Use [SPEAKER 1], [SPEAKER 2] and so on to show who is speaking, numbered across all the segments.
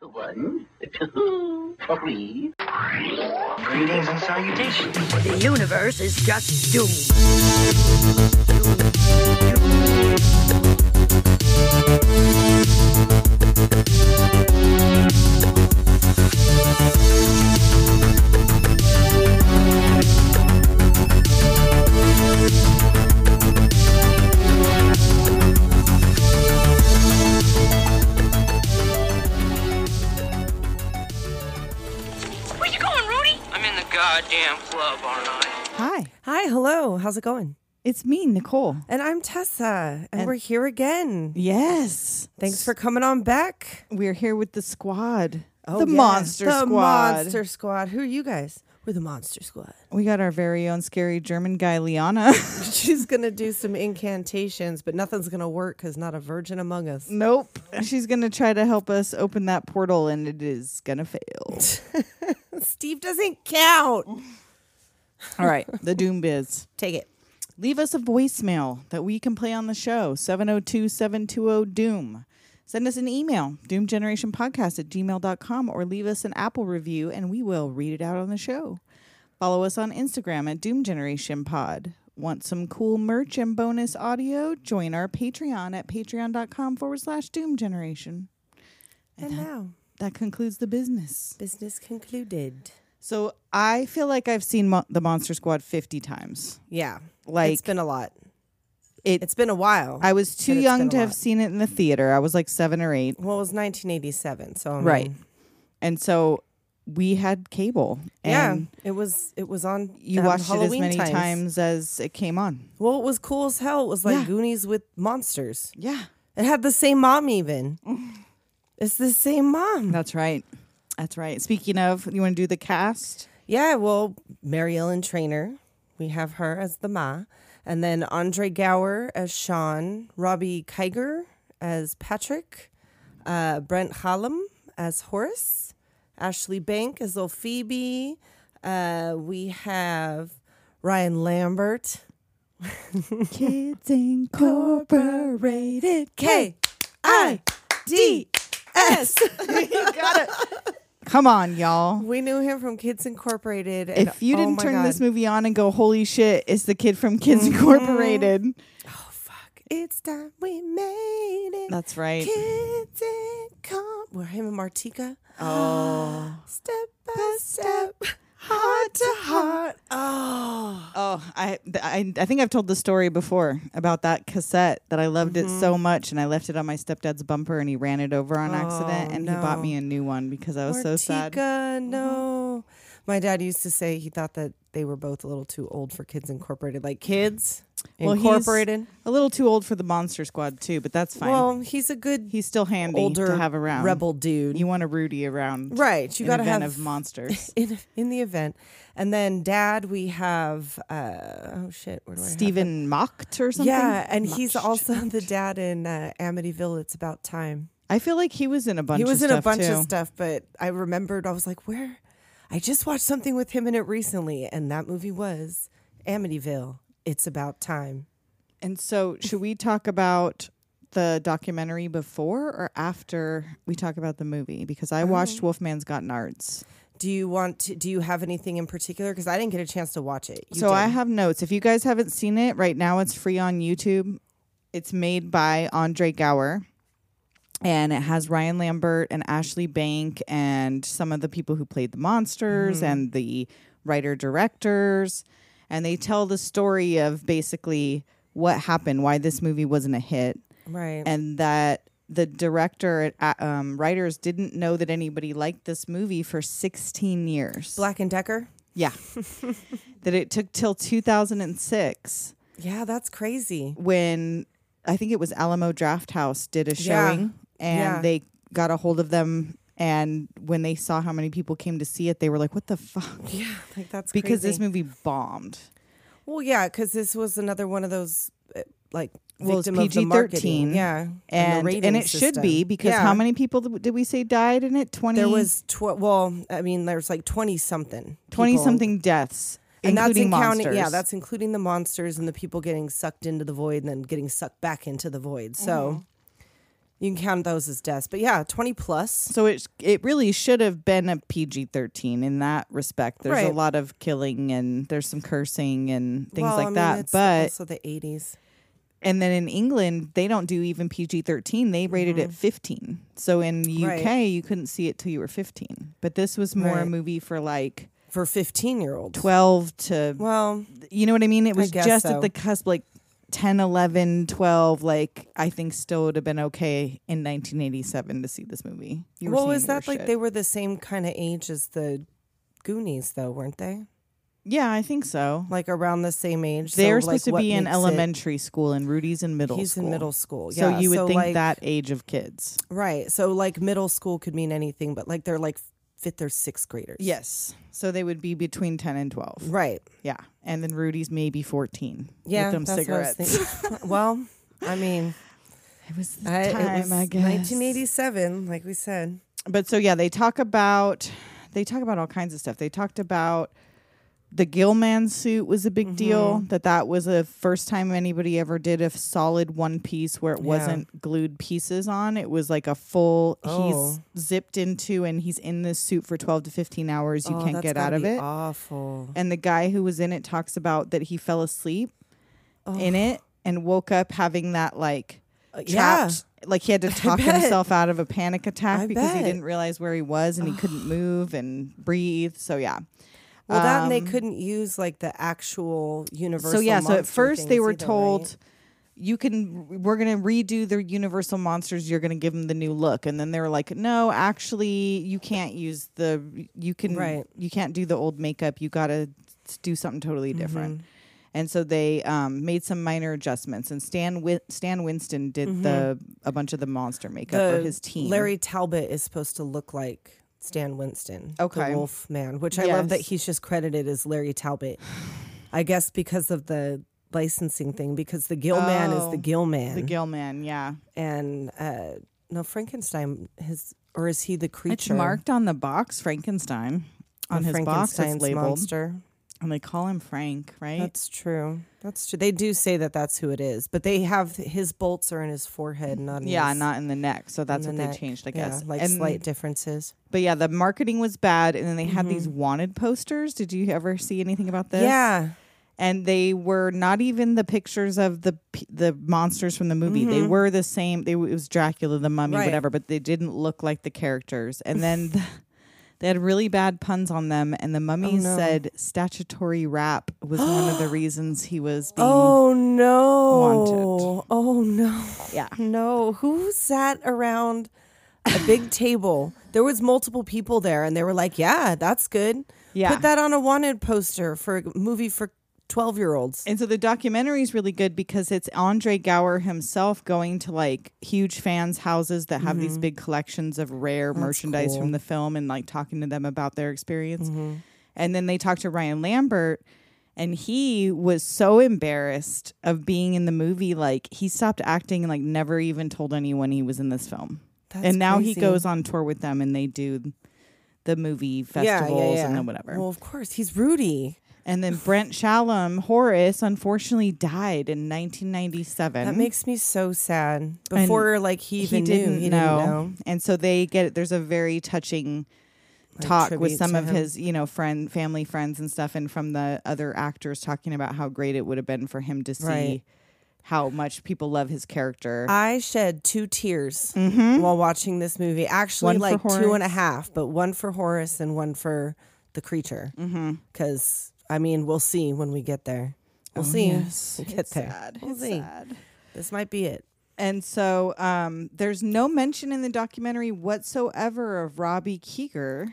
[SPEAKER 1] One, two, three.
[SPEAKER 2] Greetings and salutations.
[SPEAKER 3] The universe is just doomed.
[SPEAKER 4] Where you going, Rudy?
[SPEAKER 2] I'm in the goddamn club, aren't I?
[SPEAKER 5] Hi,
[SPEAKER 6] Hi, hello. How's it going?
[SPEAKER 5] it's me, Nicole.
[SPEAKER 6] And I'm Tessa, and,
[SPEAKER 5] And-
[SPEAKER 6] we're here again.
[SPEAKER 5] Yes.
[SPEAKER 6] Thanks for coming on back.
[SPEAKER 5] We're here with the squad.
[SPEAKER 6] Oh,
[SPEAKER 5] the
[SPEAKER 6] yeah.
[SPEAKER 5] Monster
[SPEAKER 6] the
[SPEAKER 5] Squad.
[SPEAKER 6] Monster Squad. Who are you guys? We're the Monster Squad.
[SPEAKER 5] We got our very own scary German guy, Liana.
[SPEAKER 6] She's going to do some incantations, but nothing's going to work because not a virgin among us.
[SPEAKER 5] nope. She's going to try to help us open that portal, and it is going to fail.
[SPEAKER 6] Steve doesn't count.
[SPEAKER 5] All right. The Doom Biz.
[SPEAKER 6] Take it.
[SPEAKER 5] Leave us a voicemail that we can play on the show 702 720 oh, Doom. Send us an email, doomgenerationpodcast at gmail.com, or leave us an Apple review and we will read it out on the show. Follow us on Instagram at Doom Generation Pod. Want some cool merch and bonus audio? Join our Patreon at patreon.com forward slash Doom Generation.
[SPEAKER 6] And now,
[SPEAKER 5] That concludes the business.
[SPEAKER 6] business concluded.
[SPEAKER 5] So I feel like I've seen Mo- the Monster Squad 50 times.
[SPEAKER 6] Yeah.
[SPEAKER 5] Like-
[SPEAKER 6] it's been a lot.
[SPEAKER 5] It,
[SPEAKER 6] It's been a while.
[SPEAKER 5] I was too
[SPEAKER 6] but it's been
[SPEAKER 5] young
[SPEAKER 6] a
[SPEAKER 5] to have
[SPEAKER 6] lot.
[SPEAKER 5] seen it in the theater. I was like seven or eight.
[SPEAKER 6] Well, it was 1987, so. I mean,
[SPEAKER 5] Right. And so we had cable.
[SPEAKER 6] Yeah,
[SPEAKER 5] And
[SPEAKER 6] it was it was on.
[SPEAKER 5] you
[SPEAKER 6] um,
[SPEAKER 5] watched it
[SPEAKER 6] Halloween
[SPEAKER 5] as many times.
[SPEAKER 6] times.
[SPEAKER 5] as it came on.
[SPEAKER 6] Well, it was cool as hell. It was like
[SPEAKER 5] Yeah.
[SPEAKER 6] Goonies with monsters.
[SPEAKER 5] Yeah.
[SPEAKER 6] It had the same mom, even. it's the same mom.
[SPEAKER 5] That's right. That's right. Speaking of, you want to do the cast?
[SPEAKER 6] Yeah, well, Mary Ellen Trainer, we have her as the Ma, and then Andre Gower as Sean, Robbie Kiger as Patrick, uh, Brent Hallam as Horace, Ashley Bank as old Phoebe. Uh, we have Ryan Lambert.
[SPEAKER 5] Kids Incorporated.
[SPEAKER 6] K I D S.
[SPEAKER 5] Come on, y'all.
[SPEAKER 6] We knew him from Kids Incorporated. And
[SPEAKER 5] If you
[SPEAKER 6] oh
[SPEAKER 5] didn't
[SPEAKER 6] my
[SPEAKER 5] turn
[SPEAKER 6] God, Mm-hmm.
[SPEAKER 5] this movie on and go, holy shit, it's the kid from Kids Incorporated.
[SPEAKER 6] fuck, it's time we made it.
[SPEAKER 5] That's right.
[SPEAKER 6] Kids Incom. We're him and Martika. Oh, step by step, heart to heart. Oh,
[SPEAKER 5] Oh, I, th- I I think I've told the story before about that cassette that I loved it
[SPEAKER 6] Mm-hmm.
[SPEAKER 5] so much, and I left it on my stepdad's bumper, and he ran it over on accident,
[SPEAKER 6] Oh,
[SPEAKER 5] and he bought
[SPEAKER 6] no.
[SPEAKER 5] me a new one because I was so sad. Mm-hmm.
[SPEAKER 6] Martika, no. My dad used to say he thought that they were both a little too old for Kids Incorporated. Like kids
[SPEAKER 5] Well, he's
[SPEAKER 6] incorporated.
[SPEAKER 5] A little too old for the Monster Squad too, but that's fine.
[SPEAKER 6] Well, he's a good
[SPEAKER 5] he's still handy
[SPEAKER 6] older
[SPEAKER 5] to have around.
[SPEAKER 6] rebel dude.
[SPEAKER 5] You want a Rudy around,
[SPEAKER 6] Right, you
[SPEAKER 5] in
[SPEAKER 6] gotta
[SPEAKER 5] event
[SPEAKER 6] have-
[SPEAKER 5] of monsters.
[SPEAKER 6] in in the event. And then dad, we have uh, oh shit, where do I have him?
[SPEAKER 5] Stephen Mocked or something.
[SPEAKER 6] Yeah, and he's
[SPEAKER 5] Mocht.
[SPEAKER 6] also the dad in uh, Amityville. It's about time.
[SPEAKER 5] I feel like he was in a bunch.
[SPEAKER 6] he was
[SPEAKER 5] of
[SPEAKER 6] in a
[SPEAKER 5] stuff,
[SPEAKER 6] bunch
[SPEAKER 5] too.
[SPEAKER 6] of stuff, but I remembered I was like, where? I just watched something with him in it recently, and that movie was Amityville. It's about time.
[SPEAKER 5] And so, should we talk about the documentary before or after we talk about the movie? Because I
[SPEAKER 6] Oh.
[SPEAKER 5] watched Wolfman's Got Nards.
[SPEAKER 6] Do you want to? Do you have anything in particular? Because I didn't get a chance to watch it. You
[SPEAKER 5] so, I
[SPEAKER 6] did.
[SPEAKER 5] have notes. If you guys haven't seen it, right now it's free on YouTube. It's made by Andre Gower and it has Ryan Lambert and Ashley Bank and some of the people who played the monsters
[SPEAKER 6] Mm-hmm.
[SPEAKER 5] and the writer directors. And they tell the story of basically what happened, why this movie wasn't a hit.
[SPEAKER 6] right.
[SPEAKER 5] and that the director and uh, um, writers didn't know that anybody liked this movie for 16 years.
[SPEAKER 6] Black and Decker.
[SPEAKER 5] Yeah. that it took till 2006
[SPEAKER 6] Yeah, that's crazy.
[SPEAKER 5] when I think it was Alamo Draft House did
[SPEAKER 6] Yeah.
[SPEAKER 5] a showing and
[SPEAKER 6] Yeah.
[SPEAKER 5] they got a hold of them. And when they saw how many people came to see it, they were like, what the fuck?
[SPEAKER 6] Yeah, like that's
[SPEAKER 5] Because
[SPEAKER 6] crazy.
[SPEAKER 5] this movie bombed.
[SPEAKER 6] Well, yeah, because this was another one of those uh, like
[SPEAKER 5] Well, it's
[SPEAKER 6] victim of the
[SPEAKER 5] PG-13,
[SPEAKER 6] marketing. Yeah,
[SPEAKER 5] And,
[SPEAKER 6] the
[SPEAKER 5] and,
[SPEAKER 6] rating
[SPEAKER 5] it should
[SPEAKER 6] system.
[SPEAKER 5] be because
[SPEAKER 6] Yeah.
[SPEAKER 5] how many people th- did we say died in it? 20?
[SPEAKER 6] There was tw- well, I mean, there's like twenty something,
[SPEAKER 5] 20 something deaths,
[SPEAKER 6] and that's
[SPEAKER 5] including
[SPEAKER 6] in counting-
[SPEAKER 5] monsters.
[SPEAKER 6] Yeah, that's including the
[SPEAKER 5] Mm-hmm.
[SPEAKER 6] monsters and the people getting sucked into the void and then getting sucked back into the void. So, You can count those as deaths. But yeah, 20 plus.
[SPEAKER 5] So it it really should have been a PG thirteen in that respect. There's a
[SPEAKER 6] Right.
[SPEAKER 5] lot of killing and there's some cursing and things
[SPEAKER 6] Well, I
[SPEAKER 5] like
[SPEAKER 6] mean,
[SPEAKER 5] that.
[SPEAKER 6] it's
[SPEAKER 5] But
[SPEAKER 6] also the 80s.
[SPEAKER 5] and then in England they don't do even PG thirteen. They rated it fifteen. So in UK
[SPEAKER 6] Mm-hmm. Right.
[SPEAKER 5] you couldn't see it till you were fifteen. But this was more a
[SPEAKER 6] Right.
[SPEAKER 5] movie for like
[SPEAKER 6] For 15 year olds.
[SPEAKER 5] twelve to
[SPEAKER 6] Well,
[SPEAKER 5] you know what I mean? It was
[SPEAKER 6] guess
[SPEAKER 5] just
[SPEAKER 6] so.
[SPEAKER 5] at the cusp like 10, 11, 12, like I think still would have been okay in 1987 to see this movie. You were
[SPEAKER 6] well,
[SPEAKER 5] seeing
[SPEAKER 6] was that
[SPEAKER 5] your
[SPEAKER 6] like
[SPEAKER 5] shit.
[SPEAKER 6] they were the same kind of age as the Goonies, though, weren't they?
[SPEAKER 5] Yeah, I think so.
[SPEAKER 6] Like around the same age. So,
[SPEAKER 5] They're
[SPEAKER 6] like,
[SPEAKER 5] supposed to
[SPEAKER 6] what
[SPEAKER 5] be in
[SPEAKER 6] makes it-
[SPEAKER 5] elementary school and Rudy's in middle
[SPEAKER 6] He's
[SPEAKER 5] school.
[SPEAKER 6] in middle school.
[SPEAKER 5] So
[SPEAKER 6] yeah.
[SPEAKER 5] you would think
[SPEAKER 6] like-
[SPEAKER 5] that age of kids.
[SPEAKER 6] Right. So like middle school could mean anything, but like they're like fifth or sixth graders.
[SPEAKER 5] Yes. So they would be between 10 and 12.
[SPEAKER 6] Right.
[SPEAKER 5] Yeah. And then Rudy's maybe 14
[SPEAKER 6] Yeah.
[SPEAKER 5] with them
[SPEAKER 6] that's what I was
[SPEAKER 5] cigarettes.
[SPEAKER 6] thinking. well, I mean,
[SPEAKER 5] it was the
[SPEAKER 6] I,
[SPEAKER 5] time,
[SPEAKER 6] it was
[SPEAKER 5] I guess.
[SPEAKER 6] 1987, like we said.
[SPEAKER 5] but so yeah, they talk about they talk about all kinds of stuff. They talked about the Gillman suit was a big
[SPEAKER 6] Mm-hmm.
[SPEAKER 5] deal. That that was the first time anybody ever did a f- solid one piece where it
[SPEAKER 6] Yeah.
[SPEAKER 5] wasn't glued pieces on. It was like a full.
[SPEAKER 6] Oh.
[SPEAKER 5] He's zipped into and he's in this suit for twelve to fifteen hours. You
[SPEAKER 6] Oh,
[SPEAKER 5] can't
[SPEAKER 6] that's
[SPEAKER 5] get out
[SPEAKER 6] gotta
[SPEAKER 5] of
[SPEAKER 6] be
[SPEAKER 5] it.
[SPEAKER 6] Awful.
[SPEAKER 5] And the guy who was in it talks about that he fell asleep in it and woke up having that like
[SPEAKER 6] yeah.
[SPEAKER 5] Uh, trapped. Like he had to talk
[SPEAKER 6] bet.
[SPEAKER 5] himself out of a panic attack
[SPEAKER 6] I
[SPEAKER 5] because he
[SPEAKER 6] bet.
[SPEAKER 5] didn't realize where he was and he couldn't move and breathe. So yeah.
[SPEAKER 6] Well, that and they couldn't use like the actual universal.
[SPEAKER 5] um, so yeah. So at
[SPEAKER 6] monster
[SPEAKER 5] first they
[SPEAKER 6] things
[SPEAKER 5] were
[SPEAKER 6] either,
[SPEAKER 5] told,
[SPEAKER 6] right?
[SPEAKER 5] "You can. We're gonna redo the Universal monsters. You're gonna give them the new look." And then they were like, "No, actually, you can't use the. You can.
[SPEAKER 6] Right.
[SPEAKER 5] You can't do the old makeup. You gotta s- do something totally
[SPEAKER 6] Mm-hmm.
[SPEAKER 5] different." And so they um, made some minor adjustments, and Stan Wi- Stan Winston did the a bunch of the monster makeup for
[SPEAKER 6] Mm-hmm. The
[SPEAKER 5] his team.
[SPEAKER 6] Larry Talbot is supposed to look like Stan Winston,
[SPEAKER 5] Okay.
[SPEAKER 6] the Wolf Man, which I love that
[SPEAKER 5] Yes.
[SPEAKER 6] he's just credited as Larry Talbot. I guess because of the licensing thing, because the Gill Man is
[SPEAKER 5] Oh,
[SPEAKER 6] the Gill Man,
[SPEAKER 5] the Gillman, yeah,
[SPEAKER 6] and uh, no Frankenstein, his or is he the creature?
[SPEAKER 5] It's marked on the box Frankenstein.
[SPEAKER 6] of
[SPEAKER 5] On his box, it's
[SPEAKER 6] Frankenstein's
[SPEAKER 5] labeled,
[SPEAKER 6] monster.
[SPEAKER 5] and they call him Frank, right?
[SPEAKER 6] That's true. That's true. They do say that that's who it is, but they have his bolts are in his forehead, not in
[SPEAKER 5] yeah,
[SPEAKER 6] his,
[SPEAKER 5] not in the neck. So that's
[SPEAKER 6] in
[SPEAKER 5] what
[SPEAKER 6] the
[SPEAKER 5] they
[SPEAKER 6] neck.
[SPEAKER 5] changed, I
[SPEAKER 6] Yeah,
[SPEAKER 5] guess.
[SPEAKER 6] like
[SPEAKER 5] And-
[SPEAKER 6] slight differences.
[SPEAKER 5] But yeah, the marketing was bad, and then they had these wanted posters. Did you ever see anything about this?
[SPEAKER 6] Mm-hmm. Yeah,
[SPEAKER 5] and they were not even the pictures of the p- the monsters from the movie. They were the same. They w- it was Dracula, the Mummy,
[SPEAKER 6] Right.
[SPEAKER 5] whatever, but they didn't look like the characters. And then the, they had really bad puns on them. And the Mummy said statutory rap was one of the reasons he was being.
[SPEAKER 6] Oh no!
[SPEAKER 5] wanted.
[SPEAKER 6] Oh no!
[SPEAKER 5] Yeah.
[SPEAKER 6] No, who sat around a big table? There was multiple people there, and they were like, "Yeah, that's good.
[SPEAKER 5] Yeah.
[SPEAKER 6] put that on a wanted poster for a movie for twelve-year-olds."
[SPEAKER 5] And so the documentary is really good because it's Andre Gower himself going to like huge fans' houses that have
[SPEAKER 6] Mm-hmm.
[SPEAKER 5] these big collections of rare merchandise from the film and like talking to them about their experience.
[SPEAKER 6] Mm-hmm.
[SPEAKER 5] And then they talk to Ryan Lambert and he was so embarrassed of being in the movie like he stopped acting and like never even told anyone he was in this film.
[SPEAKER 6] That's
[SPEAKER 5] and now he
[SPEAKER 6] crazy.
[SPEAKER 5] goes on tour with them and they do the movie
[SPEAKER 6] Yeah, yeah,
[SPEAKER 5] festivals and
[SPEAKER 6] yeah.
[SPEAKER 5] then whatever.
[SPEAKER 6] Well, of course, he's Rudy.
[SPEAKER 5] And then Brent Shalom, Horace, unfortunately died in 1997.
[SPEAKER 6] That makes me so sad. Before, like he even knew, he didn't know.
[SPEAKER 5] And so they get there's a very touching talk with
[SPEAKER 6] tribute
[SPEAKER 5] some
[SPEAKER 6] to
[SPEAKER 5] of
[SPEAKER 6] him.
[SPEAKER 5] his, you know, friend, family, friends, and stuff, and from the other actors talking about how great it would have been for him to see
[SPEAKER 6] Right.
[SPEAKER 5] how much people love his character.
[SPEAKER 6] I shed two tears while watching this movie. Actually,
[SPEAKER 5] Mm-hmm. One for
[SPEAKER 6] like two and a
[SPEAKER 5] Horace.
[SPEAKER 6] half, but one for Horace and one for the creature.
[SPEAKER 5] Mm-hmm.
[SPEAKER 6] Because I mean, we'll see when we get there. We'll see.
[SPEAKER 5] Oh, yes.
[SPEAKER 6] We'll get there. We'll see. This might be it.
[SPEAKER 5] And so um, there's no mention in the documentary whatsoever of Robbie Keeger.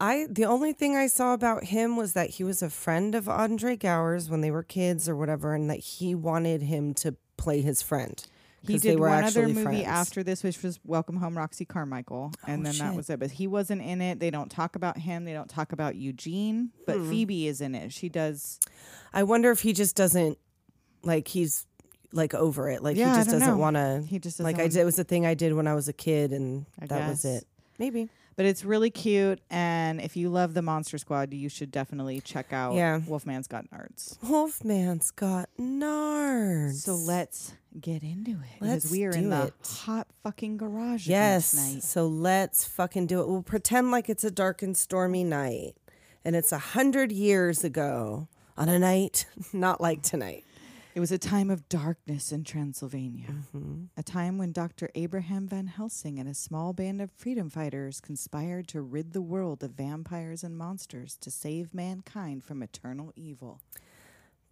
[SPEAKER 6] I the only thing I saw about him was that he was a friend of Andre Gower's when they were kids or whatever, and that he wanted him to play his friend.
[SPEAKER 5] He
[SPEAKER 6] 'Cause
[SPEAKER 5] did
[SPEAKER 6] they were
[SPEAKER 5] one other
[SPEAKER 6] actually
[SPEAKER 5] movie
[SPEAKER 6] friends. Oh,
[SPEAKER 5] after this, which was Welcome Home, Roxy Carmichael, and then that
[SPEAKER 6] shit.
[SPEAKER 5] was it. But he wasn't in it. They don't talk about him. They don't talk about Eugene. But
[SPEAKER 6] Hmm.
[SPEAKER 5] Phoebe is in it. She does.
[SPEAKER 6] I wonder if he just doesn't like he's like over it. Like
[SPEAKER 5] Yeah, I
[SPEAKER 6] he just
[SPEAKER 5] don't know.
[SPEAKER 6] doesn't want to.
[SPEAKER 5] He just
[SPEAKER 6] like
[SPEAKER 5] doesn't
[SPEAKER 6] I did. It was a thing I did when I was a kid, and
[SPEAKER 5] I
[SPEAKER 6] that was
[SPEAKER 5] guess.
[SPEAKER 6] it. Maybe.
[SPEAKER 5] But it's really cute, and if you love the Monster Squad, you should definitely check out
[SPEAKER 6] Yeah.
[SPEAKER 5] Wolfman's Got Nerds.
[SPEAKER 6] Wolfman's got nards.
[SPEAKER 5] So let's get into it
[SPEAKER 6] Let's
[SPEAKER 5] because we are in
[SPEAKER 6] do
[SPEAKER 5] the
[SPEAKER 6] it.
[SPEAKER 5] hot fucking garage. again
[SPEAKER 6] Yes.
[SPEAKER 5] tonight.
[SPEAKER 6] So let's fucking do it. We'll pretend like it's a dark and stormy night and it's a hundred years ago on a night not like tonight.
[SPEAKER 5] it was a time of darkness in Transylvania, a time when Dr. Abraham Van Helsing and a small band of freedom fighters conspired to rid the world of vampires and monsters to save mankind from eternal evil.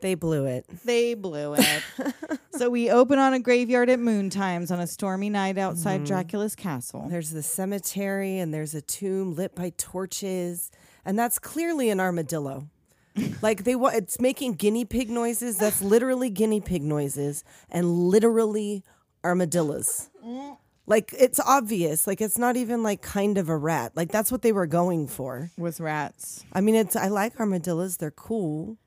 [SPEAKER 6] They blew it.
[SPEAKER 5] They blew it. so we open on a graveyard at moon times on a stormy night outside Dracula's castle.
[SPEAKER 6] There's the cemetery and there's a tomb lit by torches. And that's clearly an armadillo. like they wa- it's making guinea pig noises. That's literally guinea pig noises and literally armadillos. Like it's obvious. Like it's not even like kind of a rat. Like that's what they were going for.
[SPEAKER 5] with rats.
[SPEAKER 6] I mean, it's I like armadillos. They're cool,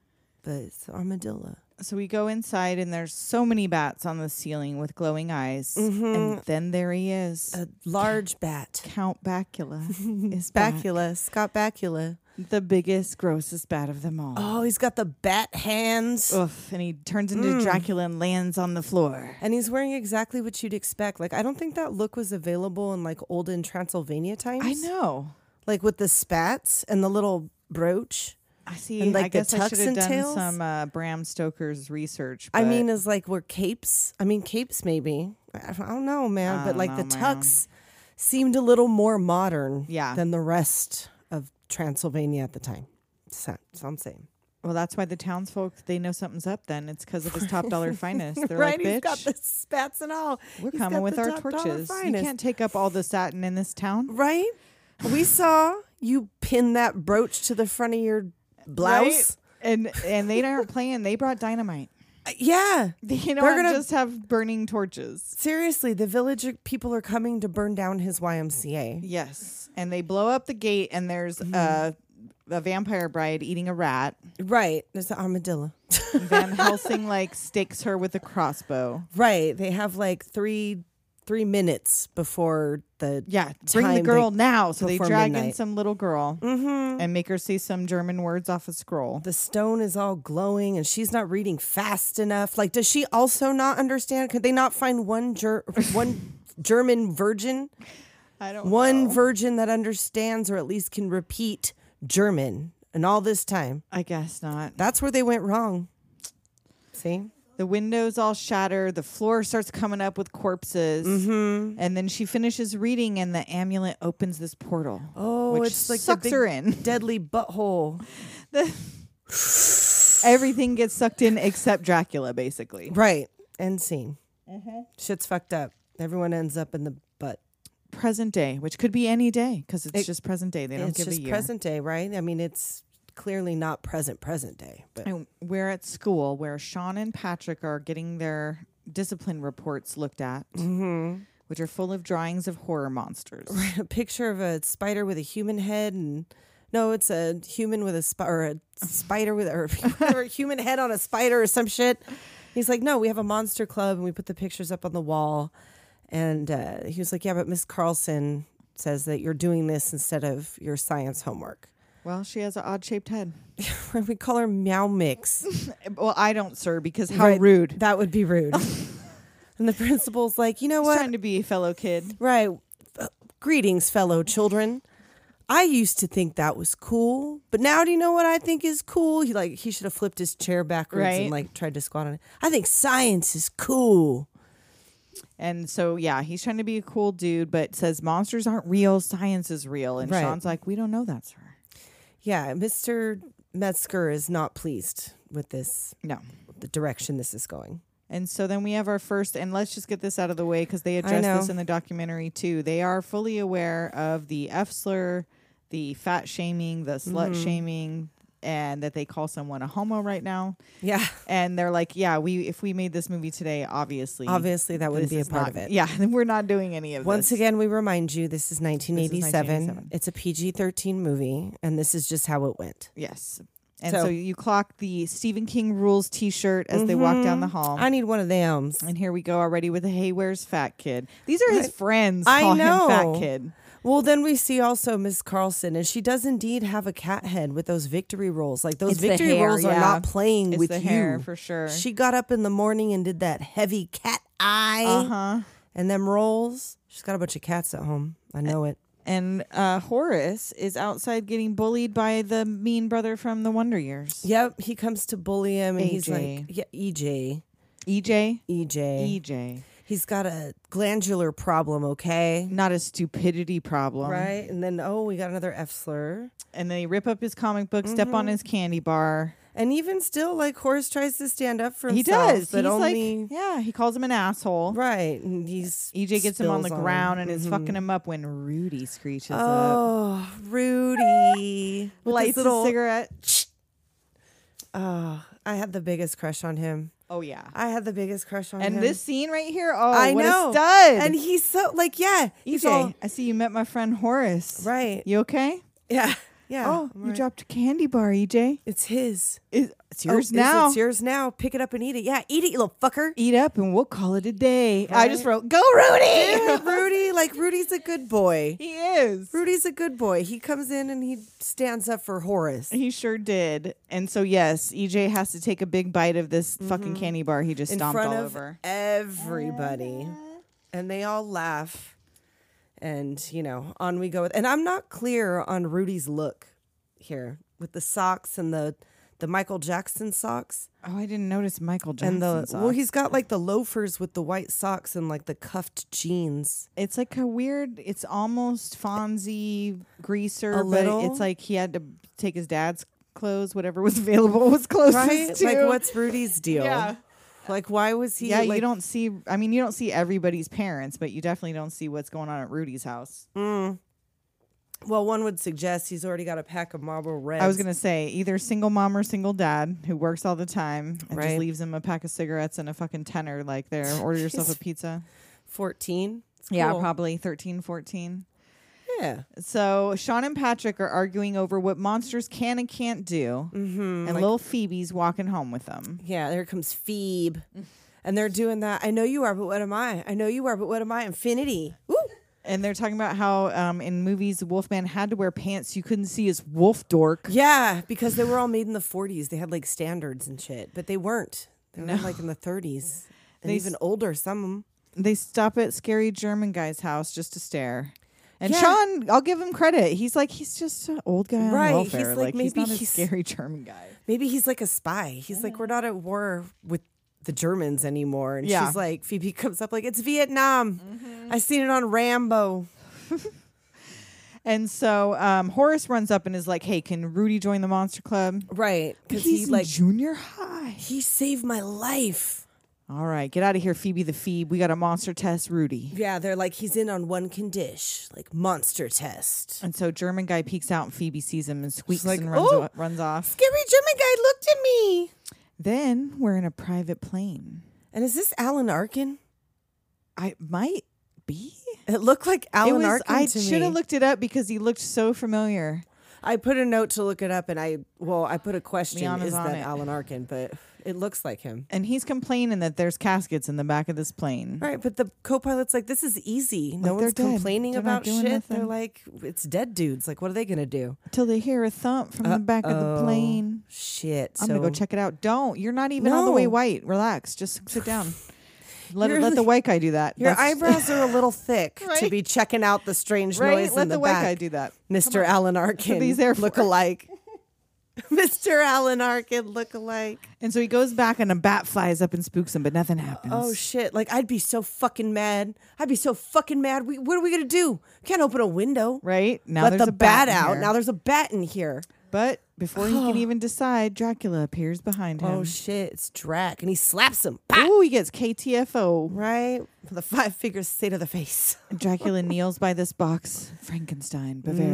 [SPEAKER 6] but it's armadillo.
[SPEAKER 5] So we go inside, and there's so many bats on the ceiling with glowing eyes. And then there he is,
[SPEAKER 6] A large bat.
[SPEAKER 5] Count Bacula. is back.
[SPEAKER 6] Bacula, Scott Bacula.
[SPEAKER 5] the biggest, grossest bat of them all.
[SPEAKER 6] Oh, he's got the bat hands.
[SPEAKER 5] Oof, and he turns into
[SPEAKER 6] Mm.
[SPEAKER 5] Dracula and lands on the floor.
[SPEAKER 6] And he's wearing exactly what you'd expect. Like I don't think that look was available in like olden Transylvania times.
[SPEAKER 5] I know.
[SPEAKER 6] Like with the spats and the little brooch.
[SPEAKER 5] I see.
[SPEAKER 6] And,
[SPEAKER 5] I
[SPEAKER 6] like, the
[SPEAKER 5] guess I
[SPEAKER 6] tucks
[SPEAKER 5] should have
[SPEAKER 6] and
[SPEAKER 5] done
[SPEAKER 6] tails?
[SPEAKER 5] some uh, Bram Stoker's research.
[SPEAKER 6] I
[SPEAKER 5] but
[SPEAKER 6] mean, is like were capes. I mean, capes maybe. I I don't know, man. but
[SPEAKER 5] don't
[SPEAKER 6] like the
[SPEAKER 5] know, man.
[SPEAKER 6] tucks seemed a little more modern
[SPEAKER 5] Yeah.
[SPEAKER 6] than the rest of Transylvania at the time. So, so I'm saying.
[SPEAKER 5] well, that's why the townsfolk they know something's up. Then it's because of his top dollar finest. They're
[SPEAKER 6] right,
[SPEAKER 5] like, bitch.
[SPEAKER 6] he's got the spats and all.
[SPEAKER 5] we're
[SPEAKER 6] He's
[SPEAKER 5] coming
[SPEAKER 6] got
[SPEAKER 5] with
[SPEAKER 6] the
[SPEAKER 5] our
[SPEAKER 6] top dollar
[SPEAKER 5] torches. You
[SPEAKER 6] finest.
[SPEAKER 5] can't take up all the satin in this town.
[SPEAKER 6] Right? We saw you pin that brooch to the front of your blouse.
[SPEAKER 5] Right? And and they aren't playing. They brought dynamite.
[SPEAKER 6] Uh, Yeah.
[SPEAKER 5] You know,
[SPEAKER 6] They're
[SPEAKER 5] and
[SPEAKER 6] gonna-
[SPEAKER 5] just have burning torches.
[SPEAKER 6] Seriously, the village people are coming to burn down his YMCA.
[SPEAKER 5] Yes, and they blow up the gate, and there's a a vampire bride eating a rat.
[SPEAKER 6] Right. There's the armadillo.
[SPEAKER 5] Van Helsing like stakes her with a crossbow.
[SPEAKER 6] right. They have like three three minutes before the
[SPEAKER 5] Yeah, bring the
[SPEAKER 6] time
[SPEAKER 5] girl
[SPEAKER 6] they-
[SPEAKER 5] now. So they
[SPEAKER 6] before
[SPEAKER 5] drag in
[SPEAKER 6] midnight. Mm-hmm.
[SPEAKER 5] some little girl and make her say some German words off a scroll.
[SPEAKER 6] the stone is all glowing and she's not reading fast enough. Like, does she also not understand? Could they not find one ger- one German virgin,
[SPEAKER 5] I don't
[SPEAKER 6] one virgin that understands or at least can repeat German? And all this time,
[SPEAKER 5] I guess not.
[SPEAKER 6] that's where they went wrong. See,
[SPEAKER 5] The windows all shatter. The floor starts coming up with corpses.
[SPEAKER 6] Mm-hmm.
[SPEAKER 5] And then she finishes reading, and the amulet opens this portal.
[SPEAKER 6] oh,
[SPEAKER 5] which
[SPEAKER 6] it's like the
[SPEAKER 5] sucks
[SPEAKER 6] big
[SPEAKER 5] her in.
[SPEAKER 6] deadly butthole.
[SPEAKER 5] Everything gets sucked in except Dracula, basically.
[SPEAKER 6] Right. End scene. Shit's fucked up. Everyone ends up in the butt.
[SPEAKER 5] Present day, which could be any day because it's just present day. They don't
[SPEAKER 6] It's
[SPEAKER 5] give
[SPEAKER 6] just
[SPEAKER 5] a year.
[SPEAKER 6] present day, right? I mean, it's clearly not present present day, but
[SPEAKER 5] And we're at school where Sean and Patrick are getting their discipline reports looked at,
[SPEAKER 6] Mm-hmm.
[SPEAKER 5] which are full of drawings of horror monsters.
[SPEAKER 6] a picture of a spider with a human head and no, it's a human with a sp- or a spider with or, or a human head on a spider or some shit. He's like, no, we have a monster club and we put the pictures up on the wall. And uh, he was like, yeah, but Miss Carlson says that you're doing this instead of your science homework.
[SPEAKER 5] Well, she has an odd shaped head.
[SPEAKER 6] we call her Meow Mix.
[SPEAKER 5] Well, I don't, sir, because how
[SPEAKER 6] Right,
[SPEAKER 5] rude.
[SPEAKER 6] That would be rude. and the principal's like, you know
[SPEAKER 5] He's
[SPEAKER 6] what?
[SPEAKER 5] trying to be a fellow kid.
[SPEAKER 6] right. Uh, Greetings, fellow children. I used to think that was cool, but now do you know what I think is cool? He like he should have flipped his chair backwards
[SPEAKER 5] Right.
[SPEAKER 6] and like tried to squat on it. I think science is cool.
[SPEAKER 5] And so, yeah, he's trying to be a cool dude, but says monsters aren't real, science is real. And
[SPEAKER 6] Right.
[SPEAKER 5] Sean's like, we don't know that, sir.
[SPEAKER 6] Yeah, Mr. Metzger is not pleased with this
[SPEAKER 5] No.
[SPEAKER 6] the direction this is going.
[SPEAKER 5] And so then we have our first, and let's just get this out of the way because they address
[SPEAKER 6] know.
[SPEAKER 5] this in the documentary too. They are fully aware of the F slur, the fat shaming, the slut
[SPEAKER 6] Mm-hmm.
[SPEAKER 5] shaming, and that they call someone a homo right now.
[SPEAKER 6] Yeah.
[SPEAKER 5] And they're like, yeah, we if we made this movie today, obviously,
[SPEAKER 6] Obviously that wouldn't
[SPEAKER 5] this
[SPEAKER 6] be a
[SPEAKER 5] is
[SPEAKER 6] part
[SPEAKER 5] not-
[SPEAKER 6] of it.
[SPEAKER 5] Yeah, we're not doing any of
[SPEAKER 6] Once
[SPEAKER 5] this.
[SPEAKER 6] again, we remind you this is 1987.
[SPEAKER 5] 1987.
[SPEAKER 6] It's a PG 13 movie, and this is just how it went.
[SPEAKER 5] Yes. And so,
[SPEAKER 6] So-
[SPEAKER 5] you clock the Stephen King rules T-shirt as they walk down the hall.
[SPEAKER 6] Mm-hmm. I need one of them.
[SPEAKER 5] and here we go already with the Hey, where's Fat Kid? These are his friends.
[SPEAKER 6] I
[SPEAKER 5] call
[SPEAKER 6] know.
[SPEAKER 5] him Fat Kid.
[SPEAKER 6] Well, then we see also Miss Carlson, and she does indeed have a cat head with those victory rolls. Like those
[SPEAKER 5] It's the
[SPEAKER 6] victory
[SPEAKER 5] hair,
[SPEAKER 6] rolls
[SPEAKER 5] yeah.
[SPEAKER 6] are not playing
[SPEAKER 5] It's
[SPEAKER 6] with
[SPEAKER 5] the
[SPEAKER 6] you
[SPEAKER 5] hair, for sure.
[SPEAKER 6] She got up in the morning and did that heavy cat eye
[SPEAKER 5] huh?
[SPEAKER 6] and them rolls. She's got a bunch of cats at home. I know it.
[SPEAKER 5] And uh, Horace is outside getting bullied by the mean brother from the Wonder Years.
[SPEAKER 6] Yep, he comes to bully him, and he's like,
[SPEAKER 5] AJ.
[SPEAKER 6] "Yeah, E EJ,
[SPEAKER 5] EJ?
[SPEAKER 6] EJ,
[SPEAKER 5] EJ.
[SPEAKER 6] he's got a glandular problem, okay."
[SPEAKER 5] Not a stupidity problem.
[SPEAKER 6] Right, and then oh, we got another F slur.
[SPEAKER 5] And they rip up his comic book, step
[SPEAKER 6] Mm-hmm.
[SPEAKER 5] on his candy bar.
[SPEAKER 6] And even still, like Horace tries to stand up for
[SPEAKER 5] He
[SPEAKER 6] himself.
[SPEAKER 5] does.
[SPEAKER 6] but
[SPEAKER 5] He's
[SPEAKER 6] only
[SPEAKER 5] like, yeah, he calls him an asshole.
[SPEAKER 6] right. And he's
[SPEAKER 5] EJ E gets him on the
[SPEAKER 6] spills Mm-hmm.
[SPEAKER 5] ground and is fucking him up when Rudy screeches up.
[SPEAKER 6] Oh, Rudy! With his
[SPEAKER 5] Lights
[SPEAKER 6] little-
[SPEAKER 5] a cigarette.
[SPEAKER 6] Oh, I had the biggest crush on him.
[SPEAKER 5] Oh, yeah.
[SPEAKER 6] I had the biggest crush on him.
[SPEAKER 5] And this scene right here, oh,
[SPEAKER 6] I
[SPEAKER 5] what
[SPEAKER 6] know.
[SPEAKER 5] a stud. E
[SPEAKER 6] And he's so like, yeah, he's
[SPEAKER 5] EJ,
[SPEAKER 6] all
[SPEAKER 5] I see you met my friend Horace.
[SPEAKER 6] right.
[SPEAKER 5] You okay?
[SPEAKER 6] Yeah, yeah.
[SPEAKER 5] oh,
[SPEAKER 6] I'm
[SPEAKER 5] you
[SPEAKER 6] right.
[SPEAKER 5] dropped a candy bar, E EJ.
[SPEAKER 6] It's his.
[SPEAKER 5] It- It's
[SPEAKER 6] Oh,
[SPEAKER 5] yours
[SPEAKER 6] is it-
[SPEAKER 5] now.
[SPEAKER 6] It's yours now. Pick it up and eat it. Yeah, eat it, you little fucker.
[SPEAKER 5] Eat up and we'll call it a day. I just wrote, go
[SPEAKER 6] Yeah,
[SPEAKER 5] Rudy!
[SPEAKER 6] Rudy, like Rudy's a good boy.
[SPEAKER 5] he is.
[SPEAKER 6] Rudy's a good boy. He comes in and he stands up for Horace.
[SPEAKER 5] He sure did. And so, yes, EJ has to take a big bite of this fucking candy bar he just
[SPEAKER 6] Mm-hmm. in
[SPEAKER 5] stomped
[SPEAKER 6] front
[SPEAKER 5] all
[SPEAKER 6] of
[SPEAKER 5] over.
[SPEAKER 6] everybody, and they all laugh. And you know, on we go with. And I'm not clear on Rudy's look here with the socks and the the Michael Jackson socks
[SPEAKER 5] Oh, I didn't notice Michael Jackson.
[SPEAKER 6] and the
[SPEAKER 5] socks.
[SPEAKER 6] well, he's got like the loafers with the white socks and like the cuffed jeans.
[SPEAKER 5] it's like a weird, it's almost Fonzie greaser,
[SPEAKER 6] A
[SPEAKER 5] but
[SPEAKER 6] little?
[SPEAKER 5] it's like he had to take his dad's clothes, whatever was available was closest
[SPEAKER 6] Right?
[SPEAKER 5] to.
[SPEAKER 6] Like, what's Rudy's deal?
[SPEAKER 5] Yeah.
[SPEAKER 6] Like, why was he?
[SPEAKER 5] yeah, you
[SPEAKER 6] like-
[SPEAKER 5] don't see. I mean, you don't see everybody's parents, but you definitely don't see what's going on at Rudy's house.
[SPEAKER 6] Well, one would suggest he's already got a pack of Marlboro Reds.
[SPEAKER 5] I was gonna say either single mom or single dad who works all the time and
[SPEAKER 6] Right.
[SPEAKER 5] just leaves him a pack of cigarettes and a fucking tenner like there. Order yourself a pizza.
[SPEAKER 6] fourteen. It's
[SPEAKER 5] Yeah,
[SPEAKER 6] cool.
[SPEAKER 5] probably 13, 14.
[SPEAKER 6] Yeah.
[SPEAKER 5] So Sean and Patrick are arguing over what monsters can and can't do, mm-hmm, and little Phoebe's walking home with them.
[SPEAKER 6] Yeah, there comes Phoebe. And they're doing that. I know you are, but what am I? I know you are, but what am I? Infinity. Woo!
[SPEAKER 5] And they're talking about how um, in movies Wolfman had to wear pants you couldn't see his wolf dork.
[SPEAKER 6] Yeah, because they were all made in the 40s. They had like standards and shit, but they weren't. They were like in the 30s. And
[SPEAKER 5] They
[SPEAKER 6] even
[SPEAKER 5] s-
[SPEAKER 6] older, some of them.
[SPEAKER 5] they stop at scary German guy's house just to stare. And
[SPEAKER 6] Yeah.
[SPEAKER 5] Sean, I'll give him credit. He's like he's just an old guy on
[SPEAKER 6] Right,
[SPEAKER 5] welfare.
[SPEAKER 6] he's
[SPEAKER 5] like,
[SPEAKER 6] like,
[SPEAKER 5] he's
[SPEAKER 6] maybe
[SPEAKER 5] not
[SPEAKER 6] he's-
[SPEAKER 5] a scary German guy.
[SPEAKER 6] Maybe he's like a spy. He's like, we're not at war with the Germans anymore. And
[SPEAKER 5] Yeah.
[SPEAKER 6] she's like, Phoebe comes up like, it's Vietnam. I seen it on Rambo.
[SPEAKER 5] And so um, Horace runs up and is like, "Hey, can Rudy join the Monster Club?
[SPEAKER 6] Right. Because
[SPEAKER 5] he's
[SPEAKER 6] he
[SPEAKER 5] in
[SPEAKER 6] like,
[SPEAKER 5] junior high.
[SPEAKER 6] he saved my life.
[SPEAKER 5] All right, get out of here, Phoebe the Phoebe. We got a monster test, Rudy."
[SPEAKER 6] Yeah, they're like, he's in on one condition, like monster test.
[SPEAKER 5] And so German guy peeks out and Phoebe sees him and squeaks
[SPEAKER 6] like,
[SPEAKER 5] and runs,
[SPEAKER 6] "Oh."
[SPEAKER 5] o- runs off.
[SPEAKER 6] Scary German guy looked at me.
[SPEAKER 5] Then we're in a private plane.
[SPEAKER 6] And is this Alan Arkin?
[SPEAKER 5] I might be.
[SPEAKER 6] It looked like Alan
[SPEAKER 5] it was.
[SPEAKER 6] Arkin
[SPEAKER 5] I
[SPEAKER 6] to
[SPEAKER 5] should
[SPEAKER 6] me.
[SPEAKER 5] have looked it up because he looked so familiar.
[SPEAKER 6] I put a note to look it up, and I well, I put a question:
[SPEAKER 5] Liana's
[SPEAKER 6] Is
[SPEAKER 5] on
[SPEAKER 6] that
[SPEAKER 5] it.
[SPEAKER 6] Alan Arkin? But it looks like him.
[SPEAKER 5] and he's complaining that there's caskets in the back of this plane.
[SPEAKER 6] Right, but the co-pilot's like, "This is easy. No
[SPEAKER 5] Like, they're
[SPEAKER 6] one's
[SPEAKER 5] dead.
[SPEAKER 6] complaining
[SPEAKER 5] They're not
[SPEAKER 6] about
[SPEAKER 5] doing
[SPEAKER 6] shit. They're
[SPEAKER 5] nothing.
[SPEAKER 6] like, it's dead dudes. Like, what are they gonna do?
[SPEAKER 5] Till they hear a thump from the back of the plane.
[SPEAKER 6] Shit.
[SPEAKER 5] I'm
[SPEAKER 6] so
[SPEAKER 5] gonna go check it out. Don't. You're not even all the way
[SPEAKER 6] No.
[SPEAKER 5] white. Relax. Just sit down. Let
[SPEAKER 6] You're
[SPEAKER 5] let the
[SPEAKER 6] like-
[SPEAKER 5] white guy do that.
[SPEAKER 6] Your
[SPEAKER 5] That's-
[SPEAKER 6] eyebrows are a little thick to
[SPEAKER 5] Right.
[SPEAKER 6] be checking out the strange
[SPEAKER 5] Right?
[SPEAKER 6] noise
[SPEAKER 5] Let
[SPEAKER 6] in the,
[SPEAKER 5] the white
[SPEAKER 6] back.
[SPEAKER 5] guy do that.
[SPEAKER 6] Mr. Alan Arkin.
[SPEAKER 5] these there for?
[SPEAKER 6] look alike. Mr. Alan Arkin look alike.
[SPEAKER 5] And so he goes back, and a bat flies up and spooks him, but nothing happens.
[SPEAKER 6] Oh shit! Like I'd be so fucking mad. I'd be so fucking mad. We, what are we gonna do? We can't open a window.
[SPEAKER 5] right now
[SPEAKER 6] Let
[SPEAKER 5] there's
[SPEAKER 6] the
[SPEAKER 5] a
[SPEAKER 6] bat,
[SPEAKER 5] bat, in
[SPEAKER 6] out.
[SPEAKER 5] here.
[SPEAKER 6] Now there's a bat in here.
[SPEAKER 5] but before he can even decide, Dracula appears behind him.
[SPEAKER 6] Oh shit! It's Drac, and he slaps him. Pah!
[SPEAKER 5] Ooh, he gets KTFO.
[SPEAKER 6] Right, For the five figure state of the face.
[SPEAKER 5] Dracula kneels by this box, Frankenstein, Bavaria.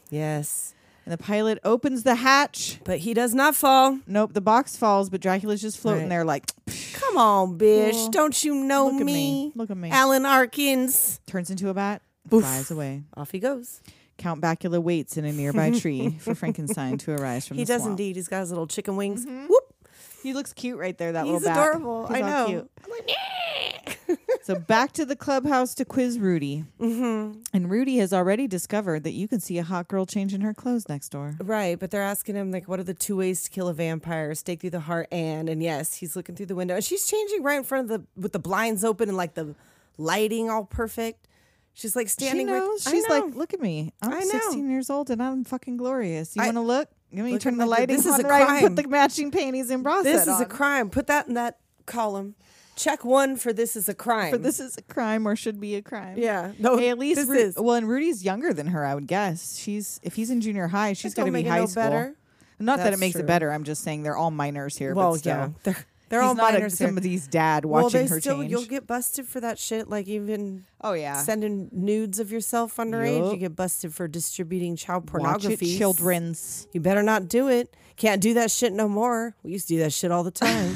[SPEAKER 6] Mm. Yes,
[SPEAKER 5] And the pilot opens the hatch.
[SPEAKER 6] but he does not fall.
[SPEAKER 5] Nope, the box falls, but Dracula's just floating
[SPEAKER 6] Right.
[SPEAKER 5] there, like
[SPEAKER 6] Come on, bitch!
[SPEAKER 5] Cool.
[SPEAKER 6] Don't you know
[SPEAKER 5] Look at
[SPEAKER 6] me?
[SPEAKER 5] me. Look at me.
[SPEAKER 6] Alan Arkins.
[SPEAKER 5] turns into a bat, flies away.
[SPEAKER 6] Off he goes.
[SPEAKER 5] Count Bacula waits in a nearby tree for Frankenstein to arise from
[SPEAKER 6] He
[SPEAKER 5] the
[SPEAKER 6] does
[SPEAKER 5] swamp. Mm-hmm.
[SPEAKER 6] indeed. He's got his little chicken wings. Whoop!
[SPEAKER 5] He looks cute right there, that
[SPEAKER 6] He's
[SPEAKER 5] little bat.
[SPEAKER 6] adorable.
[SPEAKER 5] He's
[SPEAKER 6] I
[SPEAKER 5] all
[SPEAKER 6] know.
[SPEAKER 5] cute.
[SPEAKER 6] I'm like, "Nyeh."
[SPEAKER 5] So back to the clubhouse to quiz Rudy. Mm-hmm. And Rudy has already discovered that you can see a hot girl changing her clothes next door.
[SPEAKER 6] Right, but they're asking him like, what are the two ways to kill a vampire? Stake through the heart, and and yes, he's looking through the window, and she's changing right in front of the with the blinds open and like the lighting all perfect. She's like standing.
[SPEAKER 5] she
[SPEAKER 6] right-
[SPEAKER 5] knows.
[SPEAKER 6] I
[SPEAKER 5] She's
[SPEAKER 6] know.
[SPEAKER 5] like, look at me. I'm
[SPEAKER 6] I know.
[SPEAKER 5] 16 years old and I'm fucking glorious. You
[SPEAKER 6] I-
[SPEAKER 5] want to look? You want me to
[SPEAKER 6] Look
[SPEAKER 5] turn
[SPEAKER 6] at
[SPEAKER 5] the
[SPEAKER 6] my-
[SPEAKER 5] lighting
[SPEAKER 6] this
[SPEAKER 5] on
[SPEAKER 6] is a
[SPEAKER 5] right and
[SPEAKER 6] crime.
[SPEAKER 5] put the matching panties in bra
[SPEAKER 6] this
[SPEAKER 5] set
[SPEAKER 6] is a
[SPEAKER 5] on?
[SPEAKER 6] crime. Put that in that column. Check one for this is a crime.
[SPEAKER 5] But this is a crime or should be a crime.
[SPEAKER 6] Yeah. No,
[SPEAKER 5] Hey, at least
[SPEAKER 6] this
[SPEAKER 5] Ru-
[SPEAKER 6] is.
[SPEAKER 5] well, and Rudy's younger than her. I would guess she's if he's in junior high, she's got
[SPEAKER 6] don't
[SPEAKER 5] to be
[SPEAKER 6] make it
[SPEAKER 5] high
[SPEAKER 6] no
[SPEAKER 5] school.
[SPEAKER 6] better.
[SPEAKER 5] Not that it
[SPEAKER 6] That's
[SPEAKER 5] makes it
[SPEAKER 6] true.
[SPEAKER 5] better. I'm just saying they're all minors here.
[SPEAKER 6] well,
[SPEAKER 5] but still.
[SPEAKER 6] yeah, they're they're
[SPEAKER 5] He's
[SPEAKER 6] all
[SPEAKER 5] not a-
[SPEAKER 6] minors. here.
[SPEAKER 5] somebody's dad
[SPEAKER 6] Well,
[SPEAKER 5] watching
[SPEAKER 6] they
[SPEAKER 5] her
[SPEAKER 6] still,
[SPEAKER 5] change.
[SPEAKER 6] You'll get busted for that shit. Like even
[SPEAKER 5] Oh, yeah.
[SPEAKER 6] sending nudes of yourself underage,
[SPEAKER 5] Yup.
[SPEAKER 6] you get busted for distributing child
[SPEAKER 5] Watch it,
[SPEAKER 6] pornography.
[SPEAKER 5] children's.
[SPEAKER 6] You better not do it. Can't do that shit no more. We used to do that shit all the time.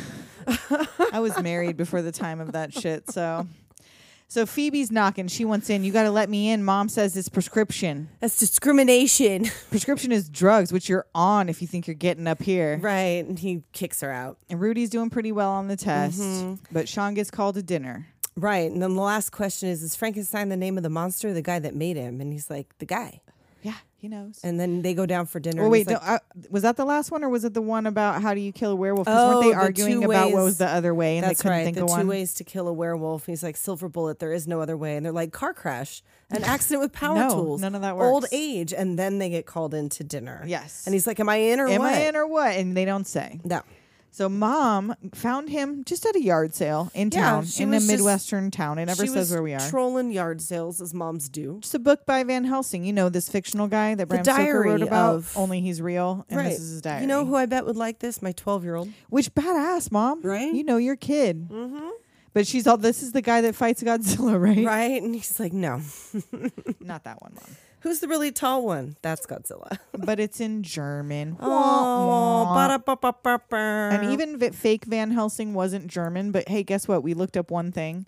[SPEAKER 5] I was married before the time of that shit, so. So Phoebe's knocking. She wants in. You got to let me in. Mom says it's prescription.
[SPEAKER 6] That's discrimination.
[SPEAKER 5] Prescription is drugs, which you're on if you think you're getting up here.
[SPEAKER 6] Right. And he kicks her out.
[SPEAKER 5] And Rudy's doing pretty well on the test,
[SPEAKER 6] Mm-hmm.
[SPEAKER 5] but Sean gets called to dinner.
[SPEAKER 6] Right. And then the last question is Is Frankenstein the name of the monster or the guy that made him? And he's like, The guy.
[SPEAKER 5] Yeah, he knows.
[SPEAKER 6] And then they go down for dinner.
[SPEAKER 5] Well,
[SPEAKER 6] and he's
[SPEAKER 5] wait, no,
[SPEAKER 6] like,
[SPEAKER 5] I, was that the last one, or was it the one about how do you kill a werewolf? 'Cause
[SPEAKER 6] "Oh,
[SPEAKER 5] weren't they
[SPEAKER 6] the
[SPEAKER 5] arguing
[SPEAKER 6] two
[SPEAKER 5] about what
[SPEAKER 6] ways-
[SPEAKER 5] was the other way, and
[SPEAKER 6] that's
[SPEAKER 5] they couldn't
[SPEAKER 6] right,
[SPEAKER 5] think
[SPEAKER 6] the
[SPEAKER 5] of
[SPEAKER 6] two
[SPEAKER 5] one?
[SPEAKER 6] ways to kill a werewolf. And he's like, silver bullet. There is no other way. And they're like, car crash, an accident with power
[SPEAKER 5] No,
[SPEAKER 6] tools,
[SPEAKER 5] none of that
[SPEAKER 6] Old
[SPEAKER 5] works.
[SPEAKER 6] age, and then they get called in to dinner.
[SPEAKER 5] Yes.
[SPEAKER 6] And he's like, am I in or
[SPEAKER 5] Am
[SPEAKER 6] what?
[SPEAKER 5] I in or what? And they don't say.
[SPEAKER 6] no.
[SPEAKER 5] So mom found him just at a yard sale in
[SPEAKER 6] Yeah,
[SPEAKER 5] town,
[SPEAKER 6] she
[SPEAKER 5] in a
[SPEAKER 6] was just-
[SPEAKER 5] midwestern town. It never
[SPEAKER 6] she
[SPEAKER 5] says
[SPEAKER 6] was
[SPEAKER 5] where we are.
[SPEAKER 6] Trolling yard sales as moms do.
[SPEAKER 5] it's a book by Van Helsing. You know this fictional guy that Bram Stoker wrote
[SPEAKER 6] diary
[SPEAKER 5] about.
[SPEAKER 6] of-
[SPEAKER 5] only he's real, and this is his diary.
[SPEAKER 6] You know who I bet would like this? My 12 year old.
[SPEAKER 5] Which badass mom,
[SPEAKER 6] Right?
[SPEAKER 5] You know your kid. Mm-hmm. But she's all. This is the guy that fights Godzilla, right?
[SPEAKER 6] Right? And he's like, no.
[SPEAKER 5] Not that one, mom.
[SPEAKER 6] Who's the really tall one? That's Godzilla.
[SPEAKER 5] but it's in German. Wah,
[SPEAKER 6] Oh,
[SPEAKER 5] wah.
[SPEAKER 6] ba-da-ba-ba-ba-ba.
[SPEAKER 5] And even v- fake Van Helsing wasn't German, but hey, guess what? We looked up one thing.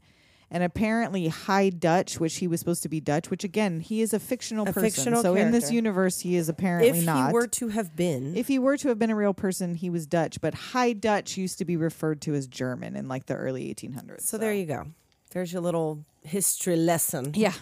[SPEAKER 5] And apparently, High Dutch, which he was supposed to be Dutch, which again, he is a fictional
[SPEAKER 6] A
[SPEAKER 5] person.
[SPEAKER 6] fictional
[SPEAKER 5] so in this
[SPEAKER 6] character.
[SPEAKER 5] universe, he is
[SPEAKER 6] if
[SPEAKER 5] apparently
[SPEAKER 6] he
[SPEAKER 5] not.
[SPEAKER 6] were to have been,
[SPEAKER 5] if he were to have been a real person, he was Dutch. But High Dutch used to be referred to as German in like the early 1800s.
[SPEAKER 6] so there you go. There's your little history lesson
[SPEAKER 5] Yeah,